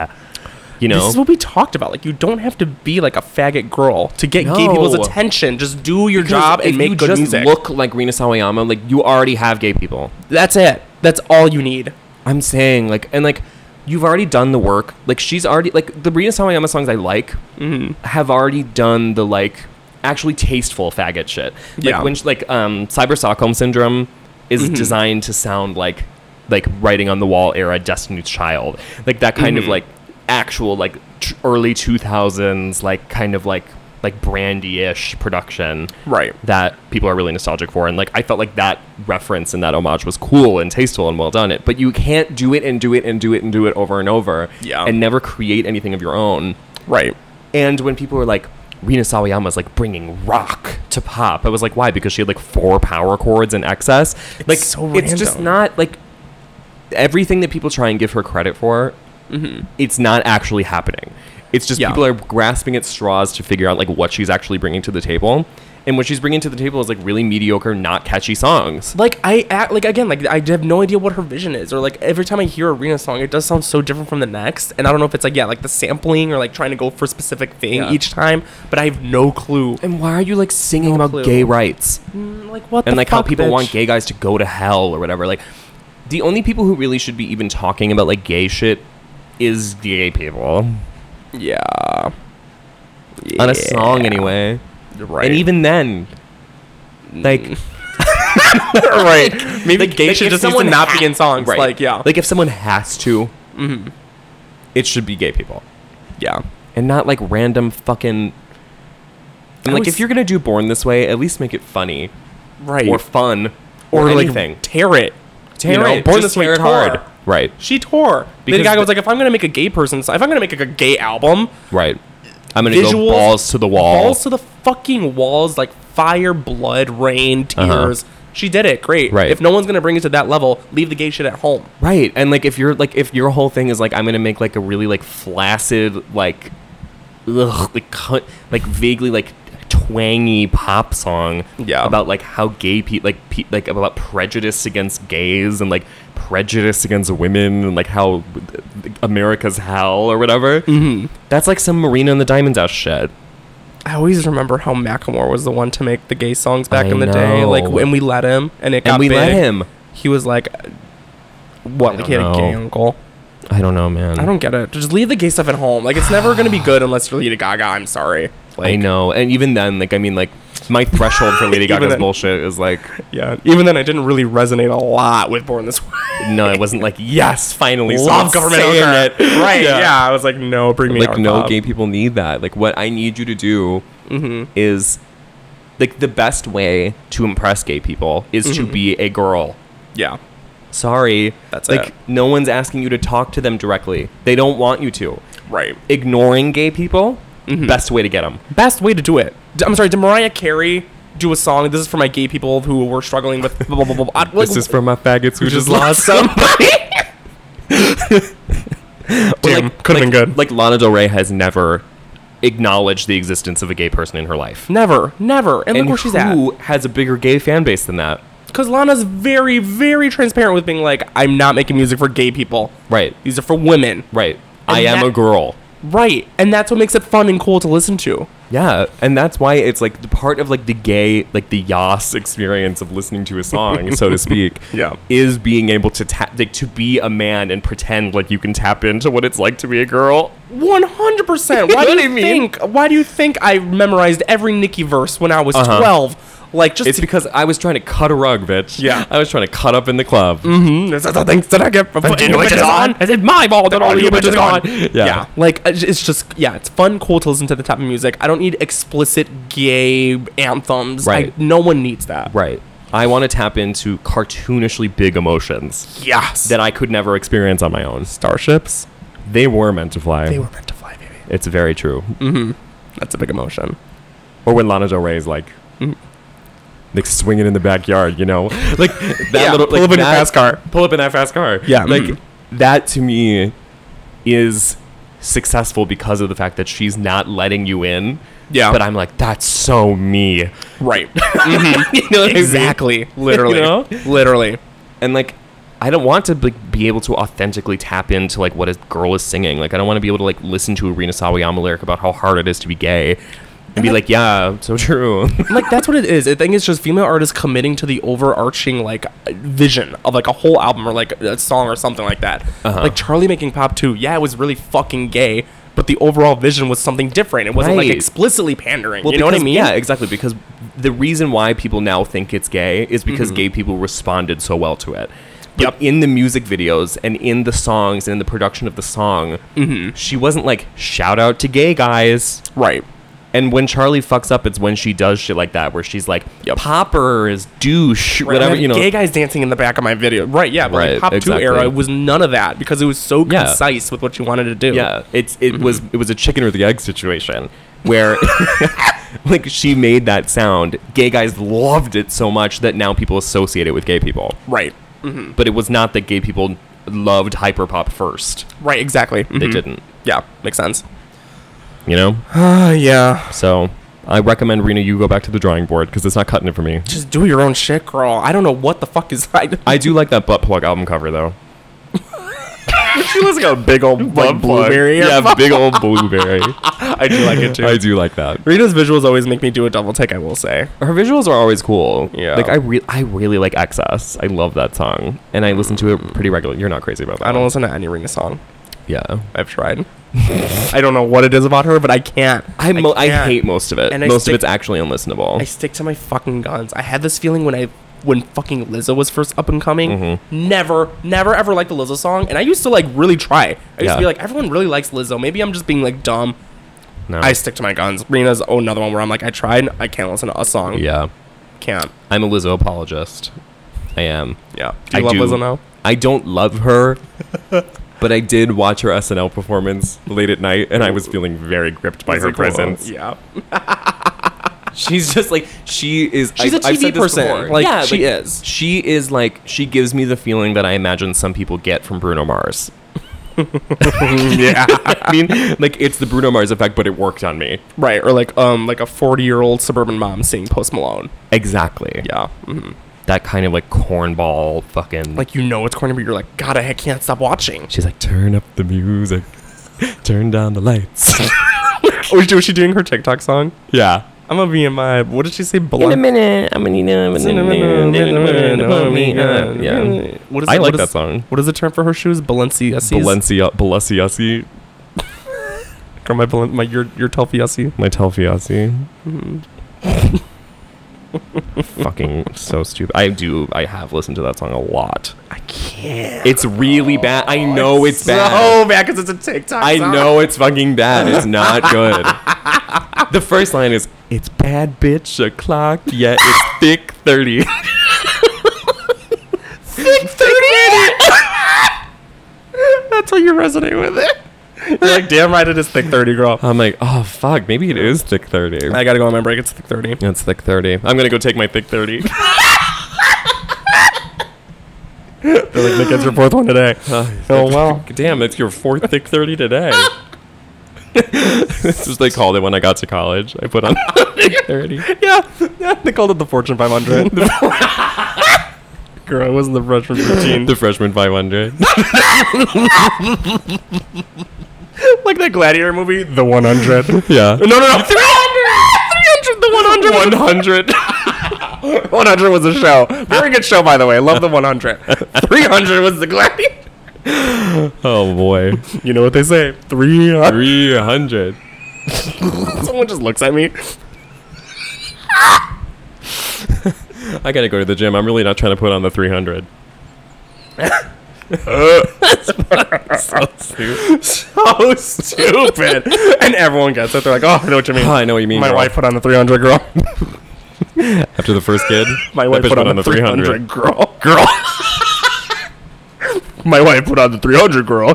C: You know?
D: This is what we talked about. Like, you don't have to be like a faggot girl to get gay people's
C: No.
D: attention. Just do your
C: Because
D: job
C: if
D: and
C: you
D: make good
C: just
D: music.
C: look like Rina Sawayama, like, you already have gay people.
D: That's it. That's all you need.
C: I'm saying like and like you've already done the work. Like she's already like the Rina Sawayama songs I like have already done the like actually tasteful faggot shit. Like
D: Yeah.
C: when she, like um Cyber Stockholm Syndrome is designed to sound like like writing on the wall era Destiny's Child. Like that kind of like actual like tr- early 2000s like kind of like like brandy-ish production
D: Right.
C: that people are really nostalgic for and like i felt like that reference and that homage was cool and tasteful and well done it but you can't do it and do it and do it and do it over and over
D: Yeah.
C: and never create anything of your own
D: Right.
C: and when people were like rena sawayama's like bringing rock to pop i was like why because she had like four power chords in excess like
D: so
C: it's just
D: random.
C: not like everything that people try and give her credit for it's not actually happening. It's just
D: Yeah.
C: people are grasping at straws to figure out like what she's actually bringing to the table. And what she's bringing to the table is like really mediocre, not catchy songs.
D: Like I act like again, like I have no idea what her vision is, or like every time I hear a Rena song, it does sound so different from the next. And I don't know if it's like yeah, like the sampling or like trying to go for a specific thing
C: Yeah.
D: each time, but I have no clue.
C: And why are you like singing about
D: clue.
C: gay rights
D: Mm, Like what?
C: and
D: the
C: like how
D: fuck,
C: people
D: bitch?
C: want gay guys to go to hell or whatever? Like the only people who really should be even talking about like gay shit is gay people
D: Yeah.
C: on a song anyway.
D: right?
C: And even then, like
D: right, maybe
C: Like,
D: gay
C: like, if
D: shit just needs to
C: someone
D: not
C: ha-
D: be in songs.
C: Right.
D: Like yeah, Mm-hmm.
C: Like if someone has to, it should be gay people
D: yeah.
C: and not like random fucking. And
D: I
C: like
D: was-
C: if you're gonna do Born This Way, at least make it funny
D: Right.
C: or fun
D: or,
C: or,
D: like
C: anything.
D: tear it.
C: Tear
D: you know?
C: it.
D: Born
C: Just
D: this way
C: tear it
D: tore.
C: hard. Right.
D: She tore.
C: Because
D: Lady Gaga was
C: the-
D: like, if I'm gonna make a gay person, so if I'm gonna make a, a gay album,
C: Right. I'm gonna go
D: Visuals-
C: balls to the wall.
D: balls to the fucking walls, like fire, blood, rain,
C: Uh-huh.
D: tears. She did it. Great.
C: Right.
D: If no one's gonna bring it to that level, leave the gay shit at home.
C: Right. And like if you're like if your whole thing is like I'm gonna make like a really like flaccid like ugh, like cut like vaguely like twangy pop song
D: Yeah.
C: about like how gay people like pe- like about prejudice against gays and like prejudice against women and like how America's hell or whatever. Mm-hmm. That's like some Marina and the Diamond Dash shit.
D: I always remember how Macklemore was the one to make the gay songs back
C: I
D: in the day. Like,
C: know.
D: and we let him, and it got
C: And we let
D: big.
C: him.
D: He was like, what? Like he had
C: don't
D: a gay
C: know.
D: uncle.
C: I don't know, man.
D: I don't get it. Just leave the gay stuff at home. Like it's never gonna be good unless you're Lady Gaga. I'm sorry. Like,
C: I know. And even then, like I mean like my threshold for Lady
D: Even
C: Gaga's
D: then.
C: bullshit is like
D: Yeah. Even then, I didn't really resonate a lot with Born This Way.
C: no, it wasn't like yes, finally,
D: Love
C: someone's
D: government
C: saying
D: over.
C: it.
D: Right.
C: Yeah.
D: Yeah. I was like, no, bring me
C: Like
D: out,
C: no
D: Bob.
C: gay people need that. Like what I need you to do
D: Mm-hmm.
C: is like the best way to impress gay people is to be a girl.
D: Yeah.
C: Sorry,
D: Mm-hmm. That's
C: like
D: it.
C: no one's asking you to talk to them directly. They don't want you to.
D: Right.
C: Ignoring gay people,
D: Mm-hmm.
C: best way to get them.
D: Best way to do it. D- I'm sorry. Did Mariah Carey do a song? This is for my gay people who were struggling with. Blah, blah, blah, blah, blah.
C: This is for my faggots who just lost
D: somebody. Damn, could've been good.
C: Like Lana Del Rey has never acknowledged the existence of a gay person in her life.
D: Never, never. And, look
C: and
D: where she's at.
C: who has a bigger gay fan base than that?
D: Because Lana's very, very transparent with being like, I'm not making music for gay people.
C: Right.
D: These are for women.
C: Right. I
D: And
C: am
D: that-
C: a girl.
D: Right. And that's what makes it fun and cool to listen to.
C: Yeah, and that's why it's like the part of like the gay, like the yas experience of listening to a song, so to speak.
D: Yeah.
C: is being able to tap, like, to be a man and pretend like you can tap into what it's like to be a girl.
D: One hundred percent. Why
C: You
D: do
C: know
D: you
C: what I mean?
D: think? Why do you think I memorized every Nicki verse when I was
C: Uh-huh.
D: twelve? Like just
C: It's because I was trying to cut a rug, bitch.
D: Yeah.
C: I was trying to cut up in the club.
D: "Mm, there's other things that I get from putting
C: you
D: your
C: bitches
D: bitches on.
C: on?
D: Is it my ball that all you bitches on?
C: Yeah.
D: like it's it's just yeah, it's fun, cool to listen to the type of music. I don't need explicit gay anthems.
C: Right.
D: I, no one needs that.
C: Right. I want to tap into cartoonishly big emotions
D: Yes.
C: that I could never experience on my own.
D: starships.
C: They were meant to fly.
D: They were meant to fly, baby. Mm.
C: It's very true.
D: That's a big emotion.
C: Or when Lana Del Rey is like,
D: Mm.
C: like swinging in the backyard, you know, like that
D: Yeah,
C: little
D: pull
C: like
D: up in your
C: that- Mm.
D: fast car.
C: pull up in that fast car.
D: Yeah,
C: like
D: mhm.
C: that to me is successful because of the fact that she's not letting you in.
D: Yeah.
C: but I'm like, that's so me.
D: Right.
C: you know what I mean?
D: exactly. Literally.
C: know?
D: Literally.
C: and like I don't want to like, be able to authentically tap into like what a girl is singing. Like I don't want to be able to like listen to a Rena Sawayama lyric about how hard it is to be gay, and be like, yeah, so true.
D: like that's what it is. I think it's just female artists committing to the overarching like vision of like a whole album or like a song or something like that.
C: Uh-huh.
D: Like Charlie making pop too. Yeah, it was really fucking gay, but the overall vision was something different. It wasn't
C: Right.
D: like explicitly pandering. you know what I
C: because-
D: mean?
C: Yeah, exactly. Because the reason why people now think it's gay is because gay people responded so well to it. But
D: Yep.
C: in the music videos and in the songs and in the production of the song, she wasn't like shout out to gay guys.
D: Right.
C: And when Charlie fucks up, it's when she does shit like that, where she's like,
D: Yep.
C: "Popper is douche," whatever
D: And
C: you know.
D: gay guys dancing in the back of my video. Right. Yeah. But
C: Right,
D: like, pop
C: exactly.
D: two era was none of that because it was so
C: Yeah.
D: concise with what you wanted to do.
C: Yeah, it's it
D: Mm-hmm.
C: was it was a chicken or the egg situation where like she made that sound. Gay guys loved it so much that now people associate it with gay people.
D: Right.
C: But it was not that gay people loved hyperpop first.
D: Right. Exactly.
C: They
D: Mhm.
C: didn't,
D: Yeah. Makes sense.
C: you know.
D: Uh, yeah.
C: So I recommend Rena you go back to the drawing board because it's not cutting it for me.
D: Just do your own shit, girl. I don't know what the fuck is. I,
C: I do like that butt plug album cover though.
D: she looks like a big old like, blueberry. or
C: yeah,
D: something.
C: big old blueberry. I do like it too. I do like that.
D: Rita's visuals always make me do a double take. I will say.
C: Her visuals are always cool.
D: Yeah.
C: like I re- I really like Excess. I love that song, and I listen to it pretty regularly. You're not crazy about that.
D: I don't
C: one.
D: listen to any Rena song.
C: Yeah,
D: I've tried. I don't know what it is about her, but I can't.
C: I mo- I,
D: can't.
C: hate most of it.
D: And I
C: most
D: stick-
C: of it's actually unlistenable.
D: I stick to my fucking guns. I had this feeling when I when fucking Lizzo was first up and coming. Never, never ever liked the Lizzo song, and I used to like really try. I used
C: Yeah.
D: to be like, everyone really likes Lizzo. Maybe I'm just being like dumb.
C: no.
D: I stick to my guns. Rena's oh, another one where I'm like, I tried. I can't listen to a song.
C: yeah,
D: can't.
C: I'm a Lizzo apologist. I am.
D: Yeah. Do you
C: I
D: love
C: do.
D: Lizzo now?
C: I don't love her, but I did watch her SNL performance late at night, and I was feeling very gripped by
D: Is
C: her
D: it cool?
C: presence.
D: Yeah.
C: She's just like she is.
D: She's
C: a
D: a TV person. Like, she is.
C: She is like she gives me the feeling that I imagine some people get from Bruno Mars.
D: yeah.
C: I mean, like it's the Bruno Mars effect, but it worked on me.
D: right. Or like um like a 40 year old suburban mom seeing Post Malone.
C: Exactly.
D: Yeah. mhm.
C: That kind of like cornball fucking.
D: Like you know it's corny, but you're like, God, I can't stop watching.
C: she's like, turn up the music, turn down the lights.
D: Oh, was she doing her TikTok song?
C: yeah.
D: I'm gonna be in my. What did she say? Blunt.
C: minute, I'm gonna need Yeah.
D: What is
C: I
D: it-
C: like
D: what is-
C: that song.
D: What is the term for her shoes? Balenciaga.
C: Balencia, Balenciasi,
D: Or my Balen- my your your Telfiasi.
C: my Telfiasi. Fucking so stupid. I do. I have listened to that song a lot.
D: I can't.
C: It's really bad. I know it's bad.
D: So bad because Oh, it's a TikTok.
C: I
D: song.
C: know it's fucking bad. It's not good. the first line is "It's bad, bitch. O'clock, yeah, it's thick 30.
D: Think thirty. That's how you resonate with it. You're like, damn right, it is thick thirty, girl.
C: I'm like, oh fuck, maybe it is thick thirty.
D: I gotta go on my break. It's thick thirty.
C: It's thick thirty. I'm gonna go take my thick thirty.
D: They're like, Nick gets your fourth one today. oh well.
C: Damn, it's your fourth thick thirty today. this is what they called it when I got to college. I put on thick thirty.
D: Yeah, yeah. They called it the Fortune 500. Girl, it wasn't the freshman routine.
C: The freshman 500.
D: like that Gladiator movie, The 100. no,
C: Yeah.
D: no, no. 300! 300! The 100!
C: 100.
D: 100 was a show. Very good show, by the way. Love The 100. 300 was the Gladiator.
C: Oh boy.
D: You know what they say. 300.
C: 300.
D: Someone just looks at me.
C: I gotta go to the gym. I'm really not trying to put on the 300.
D: So Oh, stupid. and everyone gets it. They're like, oh, I know what you mean.
C: Oh, I know what you mean.
D: My
C: girl.
D: wife put on the 300, girl.
C: After the first kid,
D: My
C: that
D: wife
C: bitch
D: put on, the 300. girl. Girl. My wife put on the 300 girl.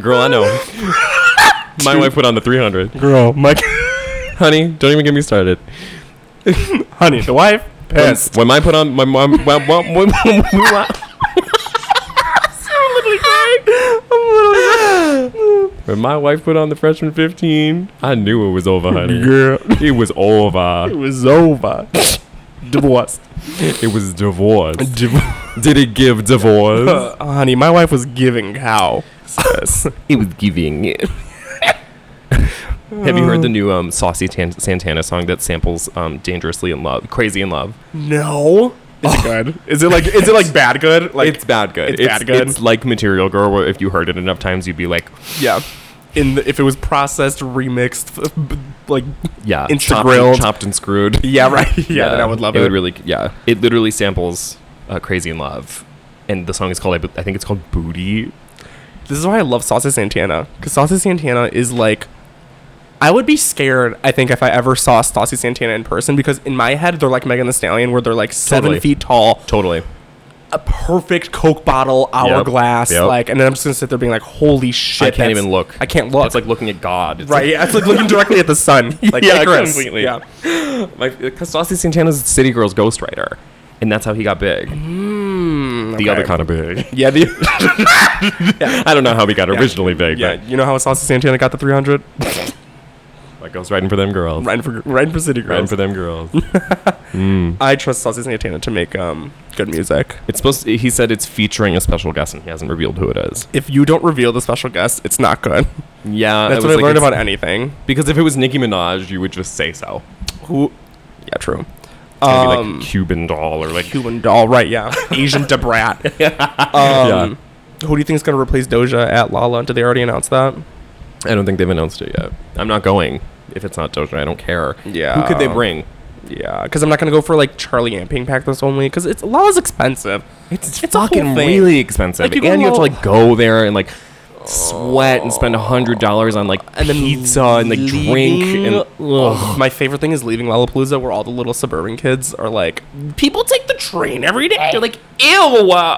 C: Girl, I know. My wife put on the 300.
D: girl, my
C: Honey, don't even get me started.
D: honey, the wife
C: When,
D: pissed.
C: when I put on my mom, when- when- when- when- when- when my wife put on the freshman 15, I knew it was over, honey.
D: Girl,
C: It was
D: it
C: over.
D: was over. Divorced.
C: It was divorce.
D: Divorced.
C: Did it give divorce?
D: Uh, honey, my wife was giving cow. Sis.
C: it was giving it. Have you heard the new um, Saucy Tan- Santana song that samples um, "Dangerously in Love"? Crazy in Love.
D: no. Is it good? Is it like is it like bad good? Like
C: it's bad good.
D: it's bad good.
C: It's like Material Girl, where if you heard it enough times, you'd be like,
D: yeah. In the, if it was processed, remixed, f- b- like
C: yeah,
D: Instagrilled.
C: chopped, chopped and screwed.
D: yeah, right. Yeah, then I would love it.
C: It would really, yeah. It literally samples uh, "Crazy in Love," and the song is called, I, be- I think it's called "Booty."
D: This is why I love Saucy Santana because Saucy Santana is like, I would be scared. I think if I ever saw Saucy Santana in person because in my head they're like Megan the Stallion where they're like seven
C: Totally.
D: feet tall,
C: Totally.
D: a perfect Coke bottle, hourglass,
C: Yep.
D: like, and then I'm just gonna sit there being like, holy shit!
C: I can't
D: that's-
C: even look.
D: I can't look.
C: It's like looking at God. It's
D: right.
C: Like,
D: yeah, It's like looking directly at the sun. Like
C: Yeah,
D: Icarus.
C: completely.
D: Yeah.
C: uh, my, Cause Saucy Santana's City Girls ghostwriter, and that's how he got big.
D: Mm,
C: the other
D: okay.
C: kind of big.
D: Yeah, the,
C: I don't know how we got originally big,
D: yeah. You know how Saucy Santana got the 300?
C: but that goes riding for them girls.
D: Riding for riding for City
C: Riding
D: Girls.
C: for them girls.
D: I trust Saucy Santana to make um good music.
C: it's supposed. To, he said it's featuring a special guest, and he hasn't revealed who it is.
D: If you don't reveal the special guest, it's not good.
C: Yeah,
D: That's what I learned about anything.
C: Because if it was Nicki Minaj, you would just say so.
D: Who? Yeah, true.
C: It'd be
D: Um,
C: like Cuban doll or like
D: Cuban doll, right? Yeah, Asian Debrat. um, Who do you think is going to replace Doja at Lala? Did they already announce that?
C: I don't think they've announced it yet. I'm not going if it's not Doja. I don't care.
D: Yeah.
C: Who could they bring?
D: Yeah, because I'm not going to go for like Charlie and Pink Pack this only because it's Lala's expensive.
C: It's,
D: It's a whole
C: fucking
D: thing.
C: really expensive,
D: Like, you go
C: and you have to
D: little-
C: like go there and like sweat and spend a hundred dollars on like
D: Oh. And then
C: pizza and like drink
D: leaving-
C: and
D: Oh, my favorite thing is leaving Lollapalooza where all the little suburban kids are like, people take the train every day. They're like,
C: ew.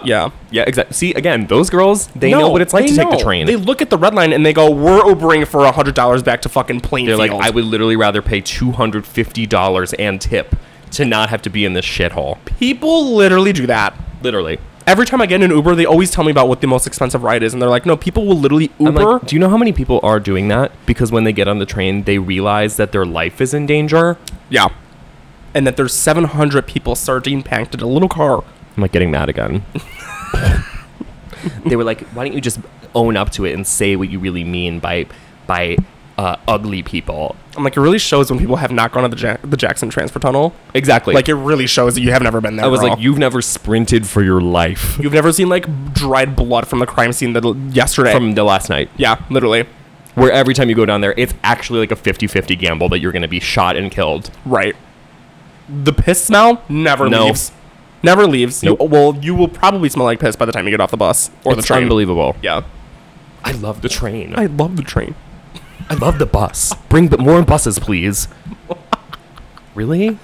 D: yeah.
C: Yeah, exactly. See, again, those girls, they know
D: No,
C: what it's like
D: they
C: to take
D: know.
C: the train.
D: They look at the red line and they go, "We're Ubering for hundred dollars back to fucking
C: They're
D: Plainfield."
C: like, I would literally rather pay two hundred fifty dollars and tip to not have to be in this shithole.
D: people literally do that.
C: Literally.
D: Every time I get in an Uber, they always tell me about what the most expensive ride is, and they're like, "No, people will literally
C: I'm
D: Uber."
C: like, do you know how many people are doing that? Because when they get on the train, they realize that their life is in danger.
D: yeah, and that there's seven hundred people sardine packed in a little car.
C: I'm like getting mad again. they were like, why don't you just own up to it and say what you really mean by by uh, ugly people?
D: I'm like, it really shows when people have not gone to the, ja- the Jackson Transfer Tunnel.
C: Exactly.
D: Like, it really shows that you have never been there.
C: I was like,
D: girl.
C: you've never sprinted for your life
D: you've never seen like dried blood from the crime scene that yesterday.
C: from the last night.
D: yeah, literally,
C: where every time you go down there, it's actually like a 50 50 gamble that you're going to be shot and killed.
D: right. The piss smell never
C: No.
D: leaves. Never leaves. You,
C: Nope.
D: well, you will probably smell like piss by the time you get off the bus or the
C: It's
D: train.
C: unbelievable.
D: Yeah,
C: I love the train.
D: I
C: I,
D: love the train.
C: love the bus. Bring but more buses, please. really?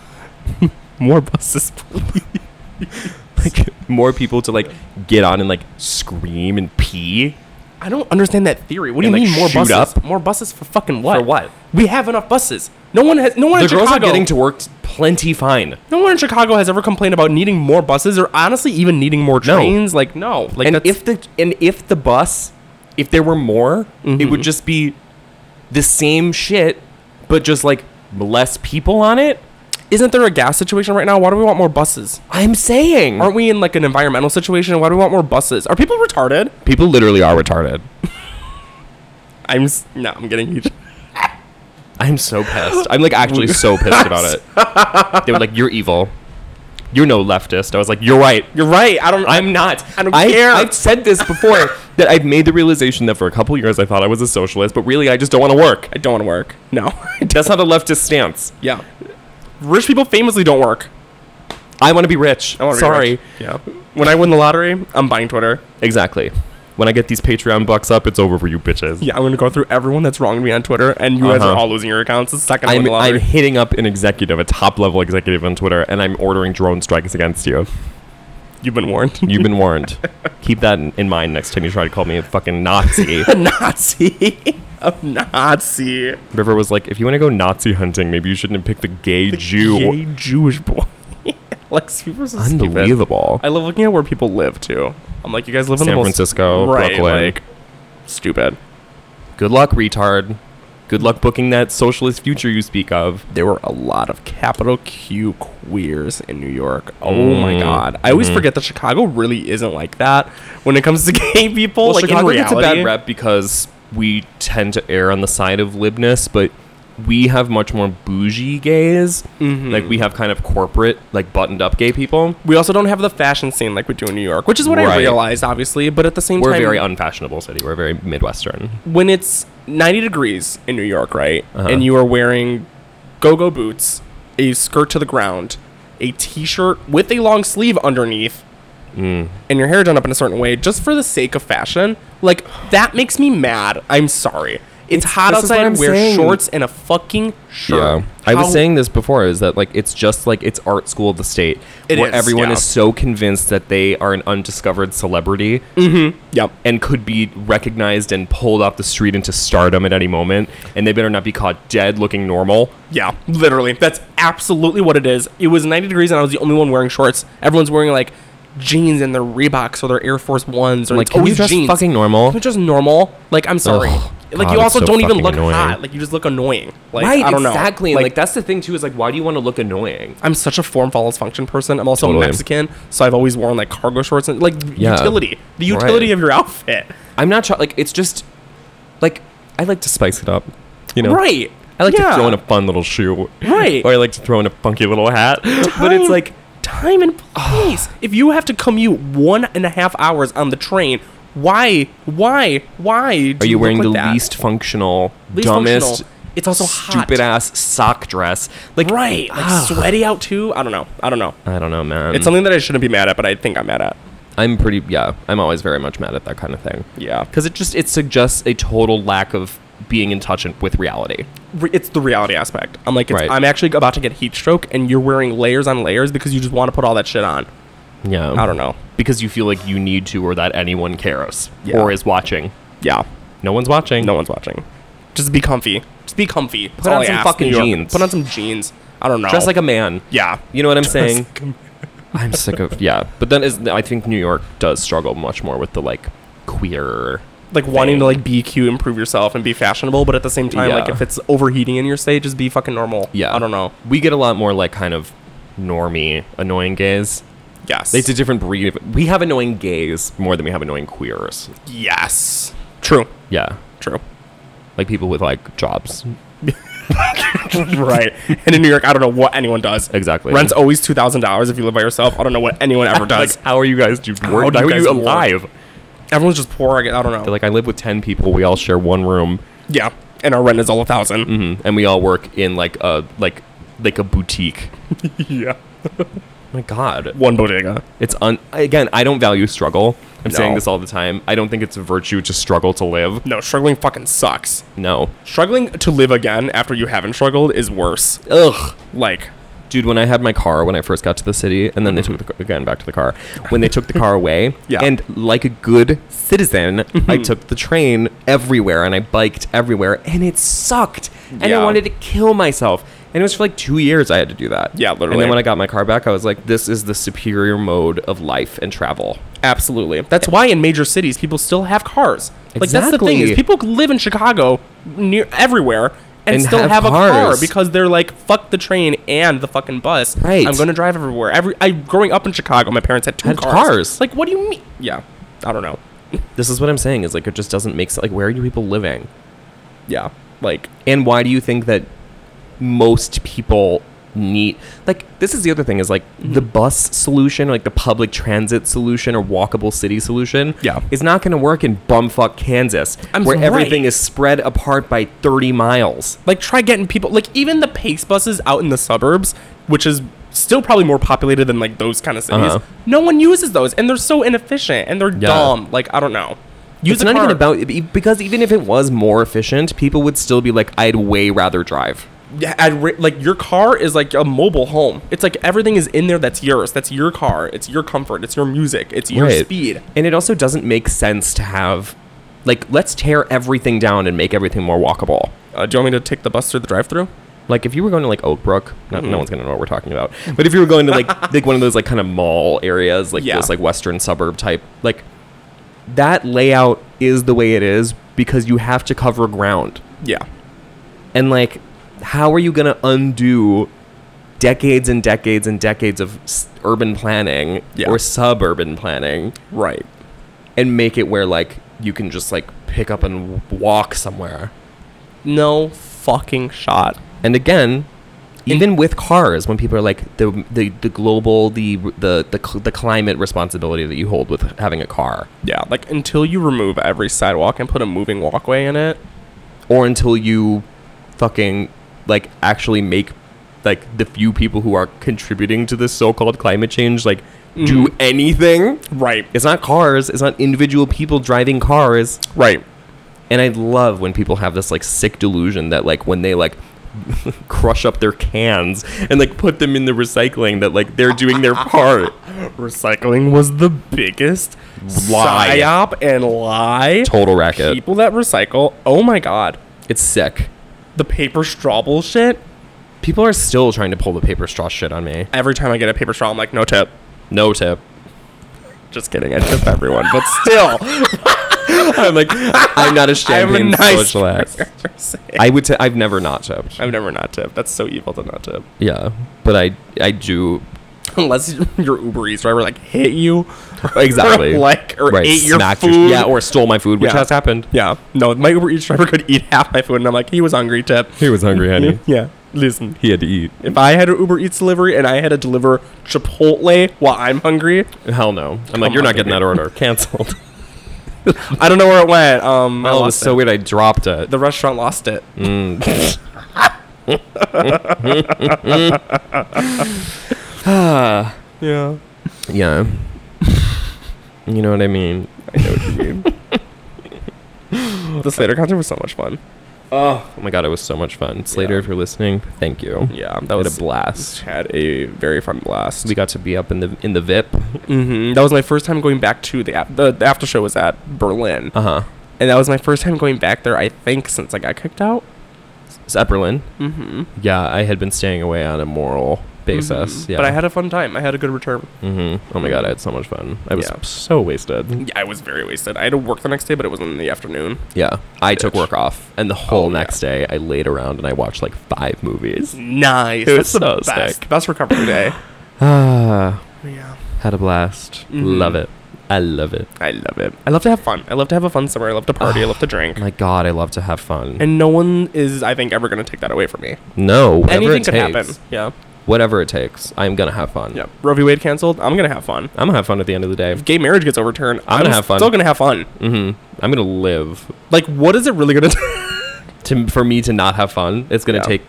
D: More buses.
C: Like more people to like get on and like scream and pee.
D: I don't understand that theory. What do
C: And,
D: you
C: like,
D: mean more
C: shoot
D: buses?
C: up?
D: More buses for fucking what?
C: For what?
D: We have enough buses. No one has. No one
C: The
D: in
C: girls are
D: Chicago-
C: getting to work t- plenty fine.
D: No one in Chicago has ever complained about needing more buses or honestly even needing more
C: No.
D: trains. Like no, like
C: and
D: that's,
C: if the and if the bus, if there were more, it would just be the same shit, but just like less people on it.
D: isn't there a gas situation right now? Why do we want more buses?
C: I'm saying.
D: Aren't we in like an environmental situation? Why do we want more buses? Are people retarded?
C: people literally are retarded.
D: I'm s- no, I'm getting heated.
C: I'm so pissed. I'm like actually so pissed about it. They were like, "You're evil. You're no leftist." I was like, "You're right.
D: You're right. I don't.
C: I'm not.
D: I don't care."
C: I've said this before that I've made the realization that for a couple years I thought I was a socialist, but really I just don't want to work.
D: I don't want to work. No.
C: That's not a leftist stance.
D: yeah. Rich people famously don't work.
C: I want to be rich.
D: I wanna be
C: Sorry.
D: rich. Yeah. When I win the lottery, I'm buying Twitter.
C: Exactly. When I get these Patreon bucks up, it's over for you bitches.
D: Yeah, I'm gonna go through everyone that's wronged me on Twitter, and you guys are
C: Uh-huh.
D: all losing your accounts the second I win
C: I'm,
D: the lottery.
C: I'm hitting up an executive, a top level executive on Twitter, and I'm ordering drone strikes against you.
D: You've been warned.
C: You've been warned. Keep that in, in mind next time you try to call me a fucking Nazi.
D: Nazi. a Nazi.
C: River was like, if you want to go Nazi hunting, maybe you shouldn't pick the gay Jew.
D: Gay Jewish boy. like, super so stupid.
C: Unbelievable.
D: I love looking at where people live too. I'm like, you guys live in
C: San
D: the most-
C: Francisco,
D: right,
C: Brooklyn.
D: Like, stupid.
C: Good luck, retard. Good luck booking that socialist future you speak of.
D: There were a lot of capital Q queers in New York. Oh
C: Mm-hmm.
D: my god! I always forget that Chicago really isn't like that when it comes to gay people.
C: Well,
D: like
C: Chicago
D: in
C: gets a
D: reality,
C: bad rep because we tend to err on the side of libness, but we have much more bougie gays. Like we have kind of corporate, like buttoned up gay people.
D: We also don't have the fashion scene like we do in New York, which is what I
C: Right.
D: realized, obviously. But at the same
C: We're a
D: time,
C: very unfashionable city. We're very Midwestern.
D: when it's 90 degrees in New York, right?
C: Uh-huh.
D: And you are wearing go go boots, a skirt to the ground, a t shirt with a long sleeve underneath,
C: Hmm.
D: and your hair done up in a certain way just for the sake of fashion, like that makes me mad. I'm sorry. It's, hot
C: this is what
D: outside.
C: I'm
D: Wear
C: saying.
D: shorts and a fucking shirt.
C: Yeah. I was
D: How-
C: saying this before is that like it's just like it's art school of the state
D: It
C: where
D: is,
C: everyone
D: yeah.
C: is so convinced that they are an undiscovered celebrity
D: Mm. Yep.
C: and could be recognized and pulled off the street into stardom at any moment and they better not be caught dead looking normal.
D: Yeah, literally. That's absolutely what it is. It was 90 degrees and I was the only one wearing shorts. Everyone's wearing like jeans and they're Reeboks or they're Air Force Ones or
C: Like,
D: it's
C: can you
D: always
C: dress
D: jeans.
C: fucking normal?
D: Can you just normal? Like, I'm sorry.
C: Ugh,
D: like,
C: God,
D: you
C: it's
D: also
C: so
D: don't even
C: fucking
D: look
C: annoying.
D: hot. Like, you just look annoying. Like,
C: right,
D: I don't know.
C: exactly. Like, that's the thing too. Is like, why do you want to look annoying?
D: I'm such a form follows function person. I'm also
C: Totally.
D: Mexican, so I've always worn like cargo shorts and like
C: Yeah.
D: utility, the utility
C: Right.
D: of your outfit.
C: I'm not try- like it's just like I like to spice it up, you know.
D: Right.
C: I like
D: Yeah.
C: to throw in a fun little shoe.
D: Right.
C: Or I like to throw in a funky little hat. But it's
D: Time-
C: like
D: time and place. if you have to commute one and a half hours on the train, why, why, why? Do
C: are you
D: look
C: wearing
D: like
C: the
D: that?
C: least functional,
D: Least
C: dumbest
D: functional. It's also hot.
C: stupid ass sock dress? Like
D: right? Like
C: ah,
D: sweaty out too. I don't know. I don't know.
C: I don't know, man.
D: It's something that I shouldn't be mad at, but I think I'm mad at.
C: I'm pretty yeah, I'm always very much mad at that kind of thing.
D: Yeah,
C: Cuz it just it suggests a total lack of being in touch with reality.
D: re- it's the reality aspect. I'm like, it's,
C: Right.
D: I'm actually about to get heat stroke, and you're wearing layers on layers because you just want to put all that shit on.
C: Yeah.
D: I don't know.
C: Because you feel like you need to or that anyone cares
D: Yeah.
C: or is watching.
D: Yeah,
C: No one's watching.
D: no one's watching. Just be comfy. Just be comfy. Put
C: on some fucking jeans.
D: Put on some jeans. I don't know.
C: Dress like a man.
D: yeah.
C: You know what I'm saying? I'm sick of yeah. But then is I think New York does struggle much more with the like queer.
D: like wanting to
C: thing.
D: like be cute, improve yourself, and be fashionable, but at the same time, like
C: Yeah.
D: if it's overheating in your state, just be fucking normal.
C: Yeah.
D: I don't know.
C: We get a lot more like kind of normy annoying gays.
D: Yes,
C: It's a different breed. of- We have annoying gays more than we have annoying queers.
D: Yes, true,
C: Yeah.
D: true.
C: Like people with like jobs.
D: right. And in New York, I don't know what anyone does.
C: Exactly.
D: Rent's always two thousand dollars if you live by yourself. I don't know what anyone ever does.
C: Like how are you guys do
D: How
C: work?
D: do
C: How,
D: you
C: are
D: guys
C: you
D: work?
C: alive?
D: Everyone's just poor. I gu- I don't know.
C: They're like I live with 10 people. We all share one room.
D: yeah, and our rent is all a 1000
C: and we all work in like a like like a boutique. Mm-hmm.
D: Yeah,
C: my god.
D: one bodega.
C: It's un again, I don't value struggle. I'm saying
D: No.
C: this all the time. I don't think it's a virtue to struggle to live.
D: No, struggling fucking sucks.
C: No.
D: Struggling to live again after you haven't struggled is worse.
C: Ugh.
D: Like,
C: Dude, when I had my car when I first got to the city, and then they took the, ca- again back to the car. When they took the car away,
D: Mm-hmm. Yeah. Mm-hmm.
C: and like a good citizen, I took the train everywhere and I biked everywhere, and it sucked. And
D: Yeah.
C: I wanted to kill myself. And it was for like two years I had to do that.
D: Yeah,
C: And
D: literally.
C: then when I got my car back, I was like, this is the superior mode of life and travel.
D: Absolutely. That's why in major cities people still have cars. Like that's the thing is
C: Exactly.
D: people live in Chicago near everywhere and,
C: And
D: still have,
C: have
D: a car
C: cars.
D: because they're like fuck the train and the fucking bus.
C: Right.
D: I'm going to drive everywhere. Every I growing up in Chicago my parents had two
C: Had
D: cars.
C: cars.
D: Like what do you mean? Yeah. I don't know.
C: This is what I'm saying is like, it just doesn't make sense. Like, where are you people living?
D: Yeah. Like
C: and why do you think that most people need like this is the other thing is like
D: Mm-hmm.
C: the bus solution like the public transit solution or walkable city solution
D: Yeah.
C: is not going to work in bumfuck kansas
D: I'm
C: where
D: right.
C: everything is spread apart by 30 miles
D: like try getting people like even the pace buses out in the suburbs, which is still probably more populated than like those kind of cities.
C: Uh-huh.
D: No one uses those and they're so inefficient and they're
C: Yeah.
D: dumb. Like I don't know. Use
C: it's
D: a
C: not even
D: car.
C: about e- because even if it was more efficient people would still be like i'd way rather drive
D: Yeah, I'd ra- like your car is like a mobile home. It's like everything is in there that's yours. That's your car. It's your comfort. It's your music. It's your
C: Right.
D: speed.
C: and it also doesn't make sense to have like let's tear everything down and make everything more walkable
D: Uh, do you want me to take the bus through the drive-through?
C: Like if you were going to like Oak Brook, no,
D: Mm-hmm.
C: no one's gonna know what we're talking about. But if you were going to like like one of those like kind of mall areas, like
D: Yeah.
C: those like western suburb type, like that layout is the way it is because you have to cover ground.
D: Yeah,
C: And like, how are you gonna undo decades and decades and decades of s- urban planning
D: Yeah.
C: or suburban planning
D: right.
C: and make it where like you can just like pick up and w- walk somewhere?
D: No fucking shot.
C: And again, even with cars, when people are like the the, the global the the the, cl- the climate responsibility that you hold with having a car,
D: Yeah, like until you remove every sidewalk and put a moving walkway in it.
C: or until you fucking like actually make like the few people who are contributing to this so-called climate change like do anything.
D: Right.
C: It's not cars. It's not individual people driving cars.
D: Right.
C: And I love when people have this like sick delusion that like when they like crush up their cans and like put them in the recycling that like they're doing their part.
D: Recycling was the biggest
C: Lie.
D: psyop and lie.
C: Total racket.
D: People that recycle. Oh my god.
C: It's sick.
D: The paper straw bullshit.
C: People are still trying to pull the paper straw shit on me.
D: Every time I get a paper straw, I'm like, no tip.
C: No tip.
D: Just kidding. I tip everyone, but still,
C: I'm like, I'm not a
D: I'm a
C: champagne
D: nice
C: socialist.
D: person.
C: I would. T- I've never not tipped.
D: I've never not tipped. That's so evil to not tip.
C: Yeah, but I I do
D: Unless your Uber Eats driver like hit you,
C: exactly
D: or, like or
C: Right,
D: ate your
C: smacked
D: food.
C: yeah, or stole my food, which
D: Yeah.
C: has happened.
D: yeah. No, my Uber Eats driver could eat half my food, and I'm like, he was hungry. Tip.
C: He was hungry, honey.
D: Yeah. Listen,
C: he had to eat.
D: if I had an Uber Eats delivery and I had to deliver Chipotle while I'm hungry,
C: Hell no. I'm like,
D: Come
C: you're
D: on,
C: not getting
D: baby."
C: that order. Canceled.
D: I don't know where it went. Um,
C: oh,
D: I
C: it was
D: lost
C: so
D: it.
C: weird. I Mm. dropped it.
D: the restaurant lost it. yeah.
C: yeah. You know what I mean?
D: I know what you mean. the Slater concert was so much fun.
C: Oh my god, it was so much fun. Slater,
D: Yeah.
C: if you're listening, thank you.
D: Yeah,
C: that was a
D: blast.
C: blast.
D: Had a very fun blast.
C: Mm-hmm. We got to be up in the in the VIP.
D: hmm That was my first time going back to the, ap- the the after show was at Berlin,
C: Uh huh.
D: and that was my first time going back there. I think since I got kicked out.
C: It's at Berlin. Mm-hmm. Yeah, I had been staying away on a moral basis. Yeah,
D: Mm-hmm. But I had a fun time. I had a good return.
C: hmm Oh my god, I had so much fun. I was
D: Yeah.
C: so wasted.
D: Yeah, I was very wasted. I had to work the next day, but it was in the afternoon.
C: Yeah, I took
D: Bitch.
C: work off, and the whole
D: Oh, yeah.
C: next day I laid around and I watched like five movies.
D: Nice.
C: It
D: That's
C: was
D: the
C: so
D: best.
C: sick.
D: Best recovery day.
C: Ah,
D: yeah.
C: had a blast. Love it. I love it.
D: I love it. I love to have fun. I love to have a fun summer. I love to party. I love to drink.
C: My God, I love to have fun.
D: And no one is, I think, ever going to take that away from me.
C: no, whatever
D: Anything
C: it
D: could
C: takes,
D: happen. Yeah.
C: Whatever it takes, I'm gonna have fun.
D: Yeah. Roe v. Wade canceled. I'm going to have fun.
C: I'm gonna have fun at the end of the day.
D: Gay marriage gets overturned. I'm,
C: gonna have fun.
D: Still going to have fun.
C: Mm-hmm. I'm gonna live.
D: Like, what is it really going to?
C: To for me to not have fun, it's gonna
D: Yeah.
C: take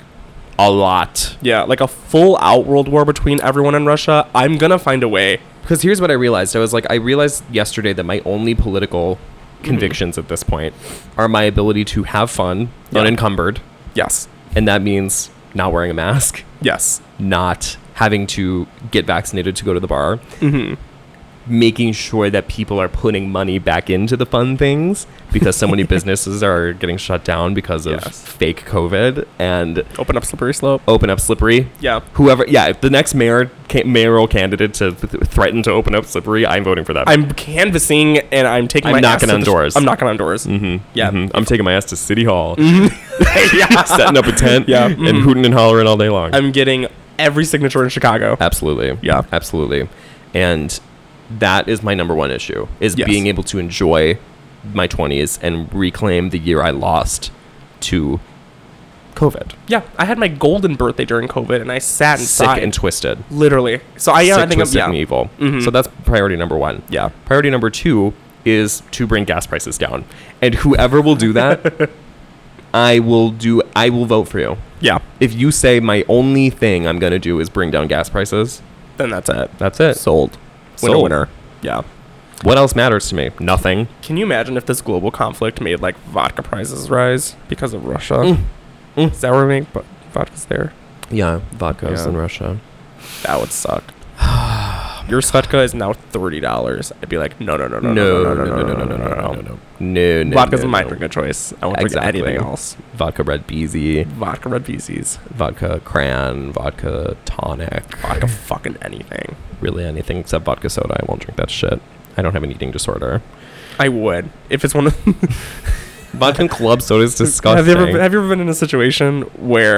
C: a lot.
D: Yeah, like a full out world war between everyone and Russia. I'm gonna find a way.
C: Because here's what I realized. I was like, I realized yesterday that my only political convictions at this point are my ability to have fun
D: Yeah.
C: unencumbered,
D: Yes.
C: and that means not wearing a mask,
D: Yes.
C: not having to get vaccinated to go to the bar,
D: Mm-hmm.
C: making sure that people are putting money back into the fun things because so many businesses are getting shut down because of
D: Yes.
C: fake COVID and
D: Open up slippery slope.
C: open up slippery.
D: Yeah.
C: Whoever, yeah, if the next mayor, ca- mayoral candidate to th- threaten to open up slippery, I'm voting for that.
D: I'm canvassing and I'm taking
C: I'm
D: my
C: knocking
D: ass to
C: on
D: the-
C: doors.
D: I'm knocking on doors. Mm-hmm. Yeah. Mm-hmm.
C: Mhm. I'm taking my ass to City Hall, setting up a tent,
D: Yeah. Mm-hmm.
C: and hooting and hollering all day long.
D: I'm getting every signature in Chicago.
C: Uh, absolutely,
D: Yeah.
C: absolutely, and that is my number one issue: is
D: Yes.
C: being able to enjoy my 20s and reclaim the year I lost to COVID,
D: Yeah. I had my golden birthday during COVID and I sat
C: sick
D: inside.
C: and twisted,
D: literally. So I, yeah,
C: sick,
D: I think I'm,
C: twisted,
D: yeah. Mm-hmm.
C: and evil. So that's priority number one.
D: Yeah.
C: Priority number two is to bring gas prices down, and whoever will do that, I will do. I will vote for you.
D: Yeah.
C: if you say my only thing I'm gonna do is bring down gas prices,
D: Then that's it.
C: that's it.
D: Sold. Winner,
C: Sold.
D: winner. Yeah.
C: What else matters to me? Nothing.
D: Can you imagine if this global conflict made like vodka prices rise because of Russia?
C: Mm.
D: Is that where we make vo- vodkas there?
C: Yeah, vodka's
D: Yeah.
C: in Russia.
D: That would suck. Your vodka is now thirty dollars. I'd be like, no, no, no, no, no, no, no, no, no, no, no, no, no, no.
C: no, no.
D: Vodka's
C: no,
D: my
C: no.
D: drink of choice. I won't drink
C: Exactly.
D: anything else.
C: Vodka red beezy,
D: Vodka red VCs.
C: vodka cran, vodka tonic,
D: Vodka fucking anything.
C: really anything except vodka soda. I won't drink that shit. I don't have an eating disorder.
D: I would if it's one of.
C: Vodka and club soda is disgusting.
D: have you ever have you ever been in a situation where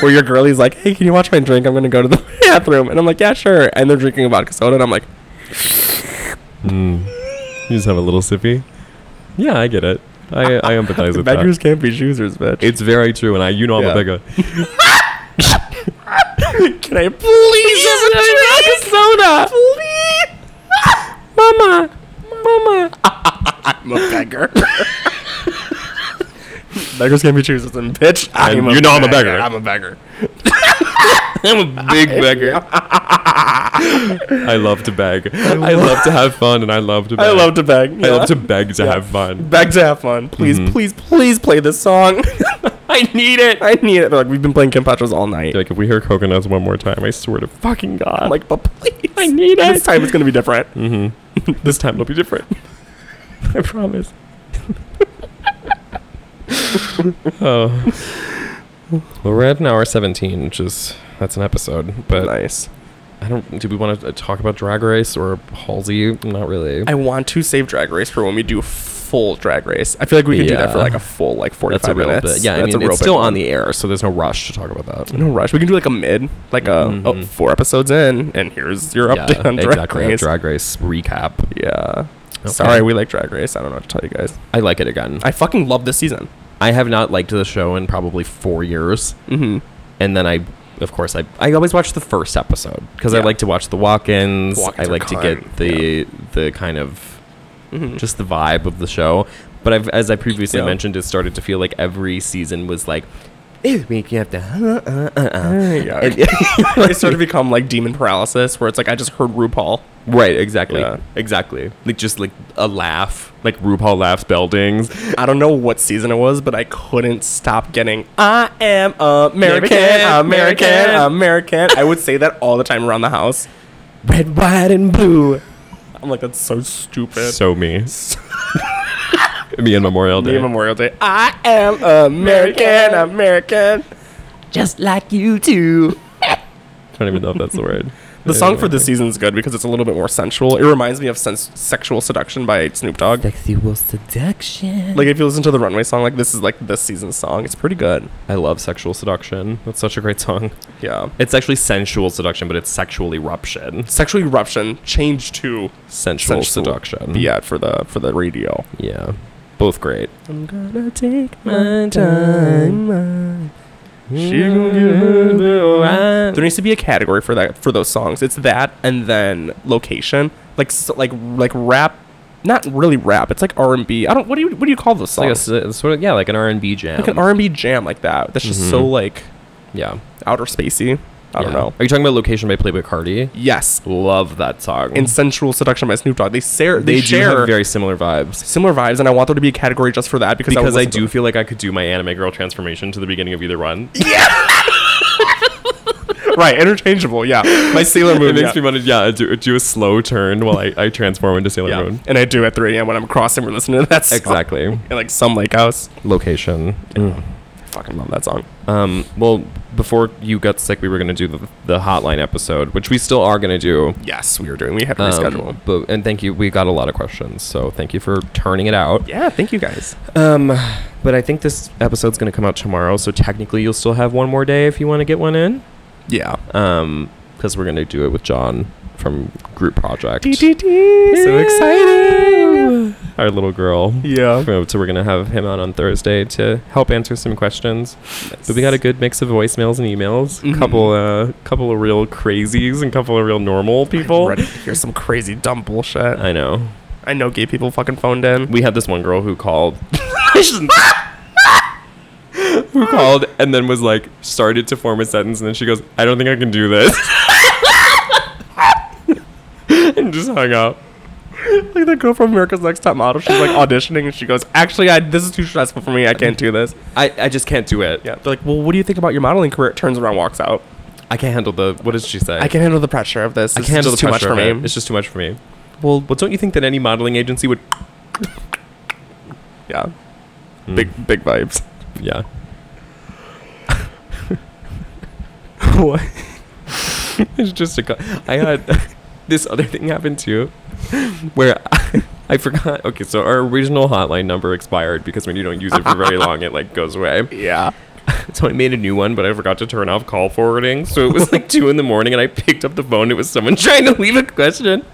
D: where your girlie's like, hey, can you watch my drink? I'm gonna go to the bathroom, and I'm like, yeah, sure. And they're drinking a vodka soda, and I'm like,
C: Mm. You just have a little sippy. Yeah, I get it. I I empathize with that.
D: beggars can't be choosers, bitch.
C: It's very true, and I you know I'm
D: Yeah.
C: a beggar.
D: Can I please have a drink of soda? Please. Mama. Mama. I'm a beggar. Beggars can't be choosers, and bitch, I'm
C: you know I'm a beggar.
D: I'm a beggar. I'm a big beggar.
C: I love to beg. I love to have fun, and I love to. Beg. Mm-hmm.
D: I love to beg.
C: I love to
D: yeah.
C: beg to have fun.
D: beg to have fun. Please, please, please play this song. I need it. I need it. They're like, we've been playing Kempachos all night.
C: Like if we hear coconuts one more time, I swear to fucking god.
D: I'm like, but please,
C: I need
D: This
C: it.
D: time it's gonna be different.
C: this time it'll be different. I promise. oh. Well, we're at an hour seventeen, which is that's an episode, but
D: nice.
C: I don't. Do we want to talk about Drag Race or Halsey? Not really.
D: I want to save Drag Race for when we do full Drag Race. I feel like we could do that for
C: Yeah.
D: like a full like forty-five
C: that's a real
D: minutes.
C: bit. Yeah, I
D: That's
C: mean,
D: a real
C: it's still
D: big
C: on
D: one.
C: the air, so there's no rush to talk about that.
D: No rush. We can do like a mid, like a oh, four episodes in, and here's your update on Drag
C: Mm-hmm. exactly. a
D: Race.
C: Drag Race recap.
D: yeah.
C: Okay.
D: Sorry, we like Drag Race. I don't know what to tell you guys.
C: I like it again.
D: I fucking love this season.
C: I have not liked the show in probably four years. Mm-hmm. And then I, of course, I, I always watch the first episode because I
D: Yeah.
C: like to watch the walk-ins.
D: Walk-ins
C: I
D: are
C: like to get
D: kind,
C: the the kind of just the vibe of the show. But I've, as I previously
D: Mm-hmm. Yeah.
C: mentioned, it started to feel like every season was like, "Ew, make you have to, uh, uh, uh, uh."
D: Yeah. it started to become like demon paralysis, where it's like I just heard RuPaul.
C: right? Exactly,
D: Yeah.
C: exactly. Like just like a laugh, like RuPaul laughs buildings.
D: I don't know what season it was, but I couldn't stop getting I am American, American,
C: American,
D: American. I would say that all the time around the house.
C: Red, white, and blue.
D: I'm like, that's so stupid.
C: So me. me and Memorial Day.
D: Day Memorial Day. I am American, American.
C: just like you too. I don't even know if that's the word.
D: The song for this season is good because it's a little bit more sensual. It reminds me of sens- Sexual Seduction by Snoop Dogg.
C: sexual seduction.
D: Like, if you listen to the Runway song, like, this is like this season's song. It's pretty good.
C: I love sexual seduction. That's such a great song.
D: Yeah.
C: It's actually sensual seduction, but it's sexual eruption.
D: Sexual Eruption changed to
C: Sensual,
D: Sensual.
C: seduction.
D: yeah for the for the radio.
C: yeah. Both great.
D: I'm gonna take my time. She gonna get her blue
C: Mm.
D: eyes. There needs to be a category for that for those songs. It's that and then location, like so, like like rap, not really rap. It's like R and B. I don't. What do you what do you call those
C: Like a
D: songs?
C: s- sort of yeah, like an R and B jam.
D: Like, an R and B jam like that. That's just so like
C: yeah.
D: outer spacey. I don't
C: Yeah.
D: know.
C: Are you talking about location by Playboy Cardi?
D: Yes,
C: Love that song.
D: and Sensual Seduction by Snoop Dogg. They share they,
C: they do
D: share
C: have very similar vibes.
D: similar vibes, and I want there to be a category just for that because
C: because I
D: listen to
C: do feel like I could do my anime girl transformation to the beginning of either one. It
D: right interchangeable. Yeah, my Sailor Moon.
C: makes
D: yeah.
C: me want to yeah do, do a slow turn while I, I transform into Sailor
D: Yeah.
C: Moon.
D: And I do at 3 a.m. when I'm crossing, we're listening to that song.
C: Exactly.
D: And like some lake house.
C: Location.
D: I fucking love that song.
C: Mm. Um, well, before you got sick, we were going to do the, the hotline episode, which we still are going to do.
D: Yes, we were doing. We had to
C: Um,
D: reschedule.
C: but and thank you. We got a lot of questions, so thank you for turning it out.
D: yeah, thank you guys.
C: Um, but I think this episode's going to come out tomorrow, so technically you'll still have one more day if you want to get one in.
D: Yeah.
C: Um, because we're going to do it with John from Group Project.
D: So exciting.
C: Our little girl.
D: Yeah.
C: So we're gonna have him out on Thursday to help answer some questions. But we got a good mix of voicemails and emails. Couple, uh, couple of real crazies and couple of real normal people.
D: Ready to hear some crazy dumb bullshit.
C: I know.
D: I know gay people fucking phoned in.
C: We had this one girl who called. who called and then was like started to form a sentence and then she goes, "I don't think I can do this," and just hung up.
D: Like that girl from America's Next Top Model. She's like auditioning and she goes, "Actually, I this is too stressful for me. I can't do this."
C: I, I just can't do it.
D: Yeah. They're like, "Well, what do you think about your modeling career?" Turns around, walks out.
C: I can't handle the. What did she say?
D: I can handle the pressure of this.
C: I
D: This
C: can't
D: is
C: handle the
D: just too much
C: pressure
D: for
C: of it.
D: me.
C: It's just too much for me. Well, well, don't you think that any modeling agency would?
D: yeah.
C: Mm.
D: Big big vibes.
C: Yeah.
D: what?
C: It's just a. co- I had this other thing happened too, where I, I forgot. Okay, so our original hotline number expired because when you don't use it for very long, it like goes away.
D: Yeah.
C: So I made a new one, but I forgot to turn off call forwarding. So it was like two in the morning, and I picked up the phone. It was someone trying to leave a question.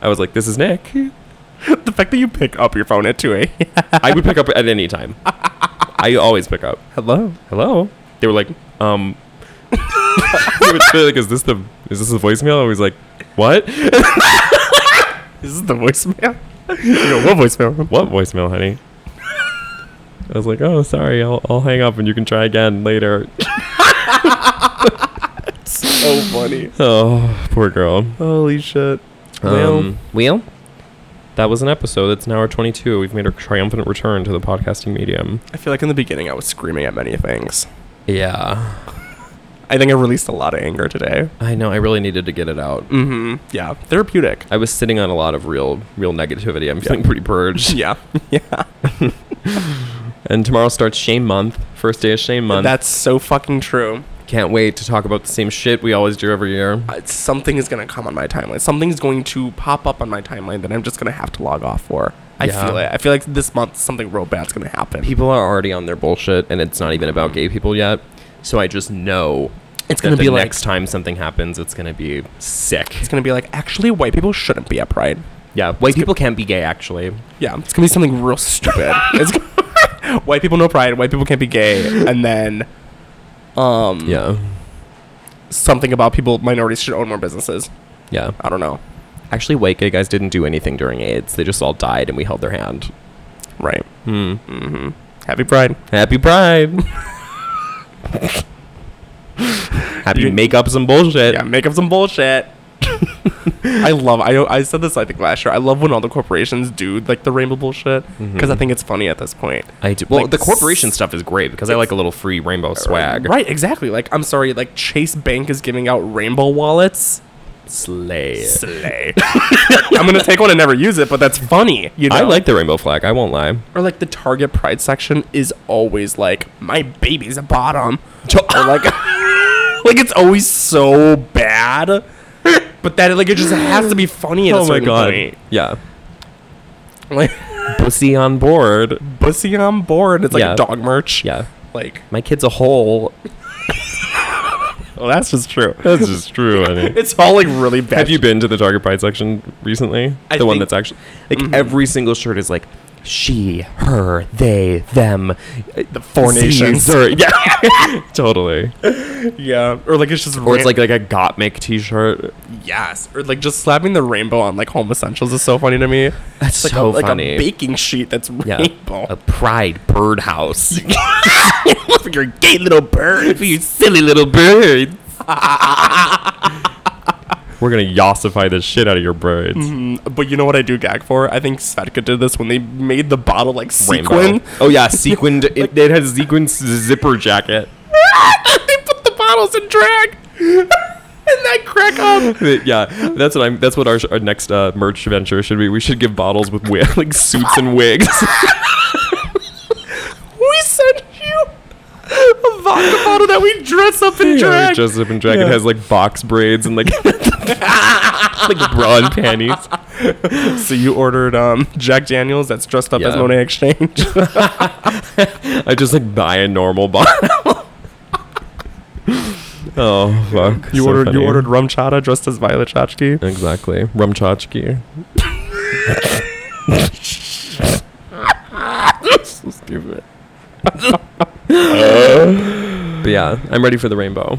C: I was like, "This is Nick."
D: The fact that you pick up your phone at 2 a.m.
C: I would pick up at any time. I always pick up.
D: Hello.
C: hello they were like um they were literally like is this the is this the voicemail i was like what
D: This is the voicemail. you go, what voicemail?
C: what voicemail honey i was like oh sorry i'll, I'll hang up and you can try again later
D: So funny.
C: oh poor girl
D: Holy shit.
C: um, wheel that was an episode that's an hour 22 we've made a triumphant return to the podcasting medium
D: I feel like in the beginning I was screaming at many things.
C: yeah
D: I think I released a lot of anger today.
C: i know i really needed to get it out
D: Mm-hmm. Yeah. Therapeutic.
C: i was sitting on a lot of real real negativity i'm feeling pretty purged
D: Yeah. Yeah.
C: and tomorrow starts shame month first day of shame month
D: That's so fucking true.
C: Can't wait to talk about the same shit we always do every year.
D: Uh, something is gonna come on my timeline. Something's going to pop up on my timeline that I'm just gonna have to log off for. I
C: Yeah.
D: feel it. I feel like this month something real bad's gonna happen.
C: People are already on their bullshit, and it's not even about gay people yet. So I just know
D: It's
C: that
D: gonna
C: the
D: be like-
C: next time something happens, it's gonna be sick.
D: It's gonna be like, actually, white people shouldn't be at Pride.
C: Yeah, white people can't be gay actually.
D: Yeah, it's gonna be something real stupid. it's gonna- white people know Pride. White people can't be gay, and then Mm.
C: Yeah,
D: something about people minorities should own more businesses.
C: yeah.
D: I don't know.
C: Actually, white gay guys didn't do anything during AIDS. They just all died, and we held their hand.
D: Right. Hmm. Mm-hmm. Happy Pride.
C: Happy Pride. Happy
D: You-
C: make up some bullshit.
D: Yeah, make up some bullshit. I love. I I said this I think last year. I love when all the corporations do like the rainbow bullshit because I think it's funny at this point.
C: I do. Well,
D: Like,
C: the corporation stuff is great because I like a little free rainbow swag.
D: Right. Exactly. Like I'm sorry. Like Chase Bank is giving out rainbow wallets.
C: Slay.
D: Slay. I'm gonna take one and never use it, but that's funny. You know.
C: I like the rainbow flag. I won't lie.
D: or like the Target Pride section is always like my baby's a bottom. or like like it's always so bad. But that like it just has to be funny at
C: Oh
D: a certain point.
C: Yeah.
D: Like
C: Pussy on board.
D: pussy on board. It's like
C: Yeah.
D: dog merch.
C: Yeah.
D: Like
C: My kid's a hole.
D: well, that's just true.
C: That's just true. I mean.
D: It's all like really bad.
C: Have you been to the Target Pride section recently?
D: I
C: the one
D: think- Mm-hmm.
C: that's actually like every single shirt is like she, her, they, them, the
D: four nations.
C: yeah, totally.
D: yeah. Or like it's just
C: Or it's like like a Gottmik T-shirt.
D: yes. Or like just slapping the rainbow on like home essentials is so funny to me.
C: That's
D: It's like
C: so
D: a, like
C: funny.
D: a baking sheet that's
C: yeah,
D: rainbow.
C: a Pride birdhouse.
D: You're a gay little bird.
C: you silly little birds. We're gonna yossify the shit out of your birds.
D: But you know what I do gag for? I think Svetka did this when they made the bottle like
C: Rainbow.
D: sequin.
C: Oh yeah, sequined. it, it has sequined s- zipper jacket.
D: they put the bottles in drag, and that crack up.
C: But, yeah, that's what I'm. That's what our, sh- our next uh, merch venture should be. We should give bottles with wi- like suits and wigs.
D: We sent you a vodka bottle that we dress up in
C: Yeah,
D: drag.
C: like Joseph and Dragon
D: Yeah.
C: has like box braids and like like bra and panties.
D: so you ordered um Jack Daniels that's dressed up as
C: Yeah.
D: Monet Exchange.
C: I just like buy a normal bottle. oh fuck!
D: you
C: so
D: ordered you
C: funny.
D: ordered rum chata dressed as Violet Chachki.
C: Exactly. Rum tchotchke. so stupid. but yeah, I'm ready for the rainbow.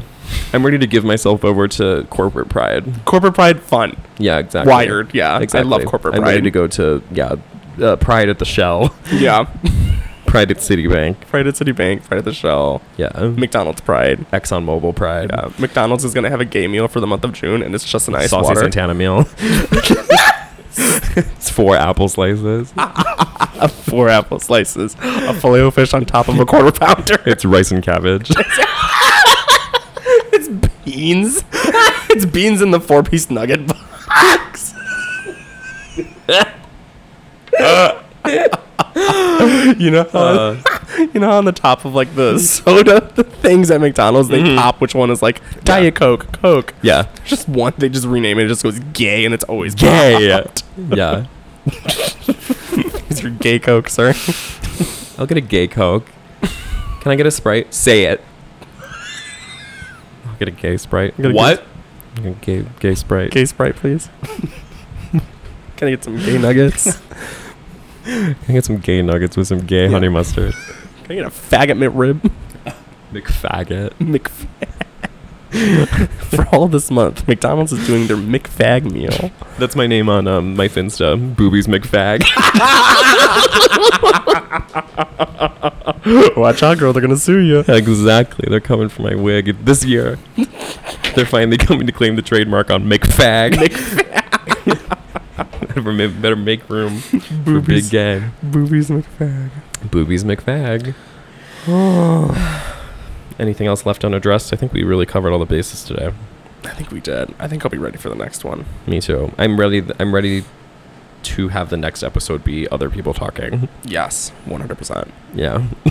C: I'm ready to give myself over to corporate pride.
D: Corporate pride fun.
C: Yeah, exactly.
D: Wired, yeah. I love corporate
C: I'm ready
D: pride.
C: to go to yeah, uh, pride at the shell,
D: Yeah.
C: pride at Citibank.
D: pride at Citibank, pride at the Shell,
C: Yeah.
D: McDonald's pride.
C: ExxonMobil pride.
D: Yeah, McDonald's is gonna have a gay meal for the month of June, and it's just an ice
C: Saucy
D: water.
C: Santana meal. it's four apple slices.
D: four apple slices, a filet fish on top of a quarter pounder.
C: It's rice and cabbage.
D: It's beans. it's beans in the four piece nugget box. you know, how,
C: Uh,
D: you know, how on the top of like the soda the things at McDonald's, they pop which one is like Diet Coke, Coke.
C: yeah.
D: Just one, they just rename it. It just goes gay, and it's always
C: Gay.
D: popped.
C: yeah.
D: Is your gay Coke, sir?
C: I'll get a gay Coke. Can I get a Sprite? Say it. I'll get a gay Sprite.
D: Get a
C: what? A Gay, gay Sprite.
D: Gay Sprite, please. Can I get some gay nuggets?
C: Can I get some gay nuggets with some gay honey mustard?
D: Can I get a faggot McRib?
C: McFaggot.
D: McFag. For all this month, McDonald's is doing their McFag meal.
C: That's my name on um, my Finsta. Boobies McFag.
D: Watch out, girl. They're going to sue you.
C: exactly. They're coming for my wig this year. They're finally coming to claim the trademark on McFag. Better ma- better make room for big
D: Boobies.
C: gay.
D: Boobies McFag.
C: Boobies McFag. Anything else left unaddressed? I think we really covered all the bases today.
D: I think we did. I think I'll be ready for the next one.
C: Me too. I'm ready. I'm ready to have the next episode be other people talking.
D: Yes, one hundred percent.
C: Yeah.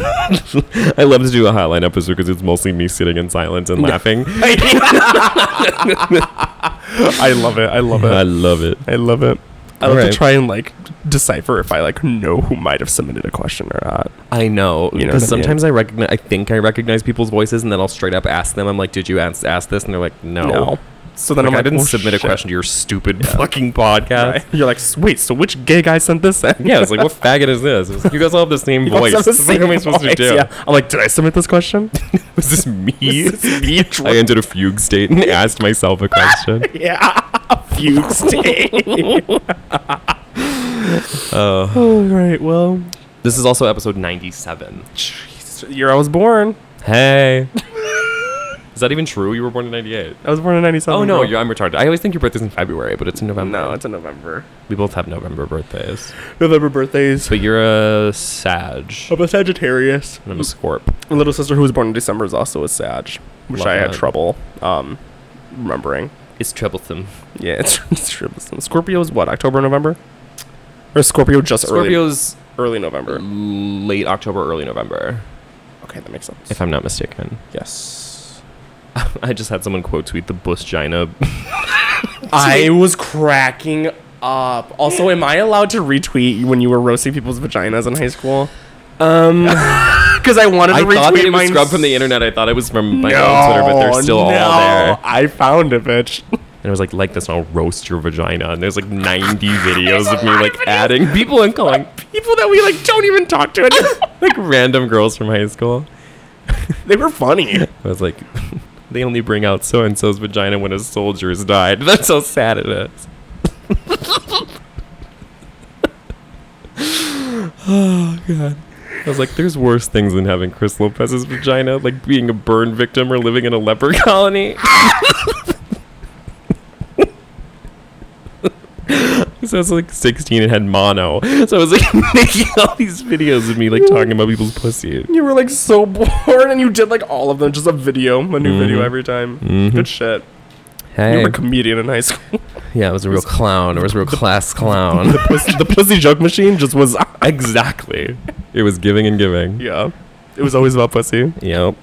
C: I love to do a hotline episode because it's mostly me sitting in silence and laughing.
D: I love it. I love
C: I
D: it.
C: love it.
D: I love it. I love
C: Alright.
D: to try and like decipher if I like know who might have submitted a question or not.
C: I know.
D: You know
C: Because
D: what I mean?
C: sometimes I recognize, I think I recognize people's voices and then I'll straight up ask them, I'm like, did you ask, ask this? And they're like, no.
D: So then um,
C: Like, oh,
D: I'm like,
C: I didn't
D: well,
C: submit
D: shit.
C: a question to your stupid fucking podcast.
D: Right. You're like, wait, so which gay guy sent this? in?"
C: Yeah, it's like, what faggot is this? It's like, you guys all have the same
D: You guys
C: voice.
D: have the
C: what
D: same
C: am I supposed to
D: voice,
C: do?
D: yeah. I'm like, did I submit this question?
C: Was this me?
D: Is this me
C: I entered a fugue state and asked myself a question.
D: yeah, fugue state.
C: Uh.
D: All right, well,
C: This is also episode 97.
D: Jesus, year I was born.
C: Hey. is that even true? You were born in 98.
D: I was born in '97.
C: Oh no,
D: girl.
C: you're, I'm retarded. I always think your birthday's in February, but it's in November.
D: no, it's in November.
C: we both have November birthdays.
D: November birthdays.
C: But you're a Sag.
D: I'm a Sagittarius.
C: And I'm a Scorp.
D: My little sister who was born in December is also a Sag, which
C: Love
D: I had
C: that.
D: trouble um, remembering.
C: It's troublesome.
D: Yeah, it's, it's troublesome. Scorpio is what October, November, or Scorpio just early
C: Scorpio's
D: early November.
C: late October, early November,
D: Okay, that makes sense.
C: if I'm not mistaken.
D: yes,
C: I just had someone quote tweet the Bush Gina.
D: I was cracking up. Also, am I allowed to retweet when you were roasting people's vaginas in high school? Um, because I wanted to
C: I
D: retweet
C: thought that it was
D: mine
C: scrubbed from the
D: s-
C: internet. I thought it was from my
D: No,
C: own Twitter, but they're still
D: no,
C: all there.
D: I found it, bitch.
C: And it was like, like this, and I'll roast your vagina. And there's like 90 videos of me like adding people and calling
D: People that we like don't even talk to anymore.
C: like random girls from high school.
D: they were funny.
C: I was like, they only bring out so and so's vagina when a soldier has died. That's how sad it is. oh god. I was like, there's worse things than having Chris Lopez's vagina, like being a burn victim or living in a leper colony. So I was like 16 and had mono. So I was like making all these videos of me like talking about people's pussy.
D: You were like so bored, and you did like all of them, just a video, a new video every time. Good shit. You
C: Mm-hmm. Hey.
D: were a comedian in high school.
C: Yeah, it was a real clown. It was a real class clown.
D: the pussy joke machine just was.
C: exactly. It was giving and giving.
D: yeah, it was always about pussy.
C: Yep.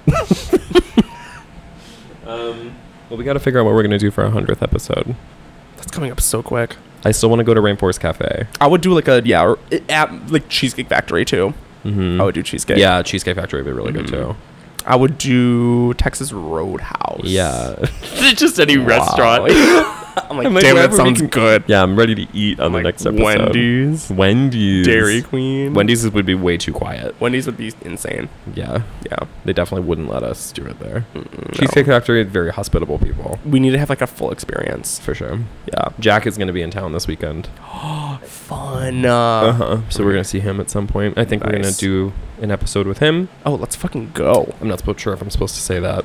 C: um, well, we got to figure out what we're going to do for our 100th episode.
D: That's coming up so quick.
C: I still want to go to Rainforest Cafe.
D: I would do like a yeah, or, at, like Cheesecake Factory too. I would do cheesecake.
C: Oh, Yeah, Cheesecake Factory would be really good
D: Mm-hmm.
C: too.
D: I would do Texas Roadhouse.
C: Yeah.
D: just any
C: restaurant.
D: I'm like,
C: I'm like,
D: damn, that
C: wherever we
D: sounds
C: can-
D: good.
C: Yeah, I'm ready to eat on
D: Like
C: the next episode.
D: Wendy's,
C: Wendy's.
D: Dairy Queen.
C: Wendy's would be way too quiet.
D: Wendy's would be insane.
C: Yeah.
D: Yeah.
C: They definitely wouldn't let us do it there. Cheesecake Factory, very hospitable people.
D: We need to have like a full experience.
C: For sure.
D: Yeah.
C: Jack is going to be in town this weekend.
D: Fun.
C: Uh huh. So we're gonna see him at some point. I think we're gonna
D: Nice.
C: do an episode with him.
D: Oh, let's fucking go.
C: I'm not spo- sure if I'm supposed to say that.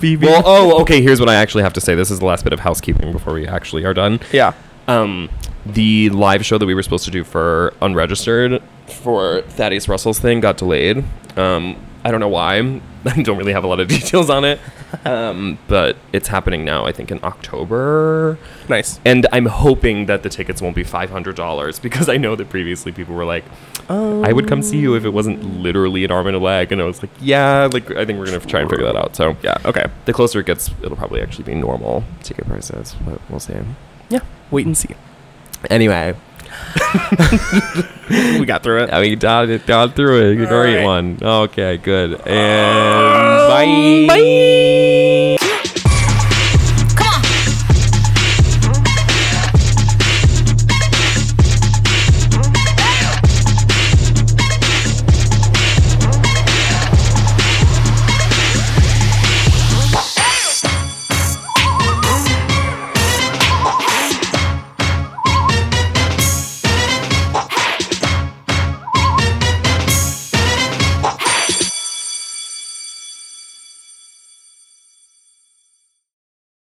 C: Well, oh, okay. Here's what I actually have to say. This is the last bit of housekeeping before we actually are done.
D: Yeah.
C: Um, the live show that we were supposed to do for unregistered for Thaddeus Russell's thing got delayed. Um, I don't know why. I don't really have a lot of details on it. Um, but it's happening now. I think in October.
D: Nice.
C: And I'm hoping that the tickets won't be $500 because I know that previously people were like,
D: Uh,
C: I would come see you if it wasn't literally an arm and a leg. And I was like, yeah, like I think we're going to try and figure that out. So,
D: Yeah. Okay.
C: the closer it gets, it'll probably actually be normal ticket prices, but we'll see.
D: Yeah. Wait and see.
C: Anyway,
D: We got through it.
C: I mean, down, it- down through it. You can
D: All
C: already eat
D: right.
C: one. Okay, good. And bye.
D: Bye.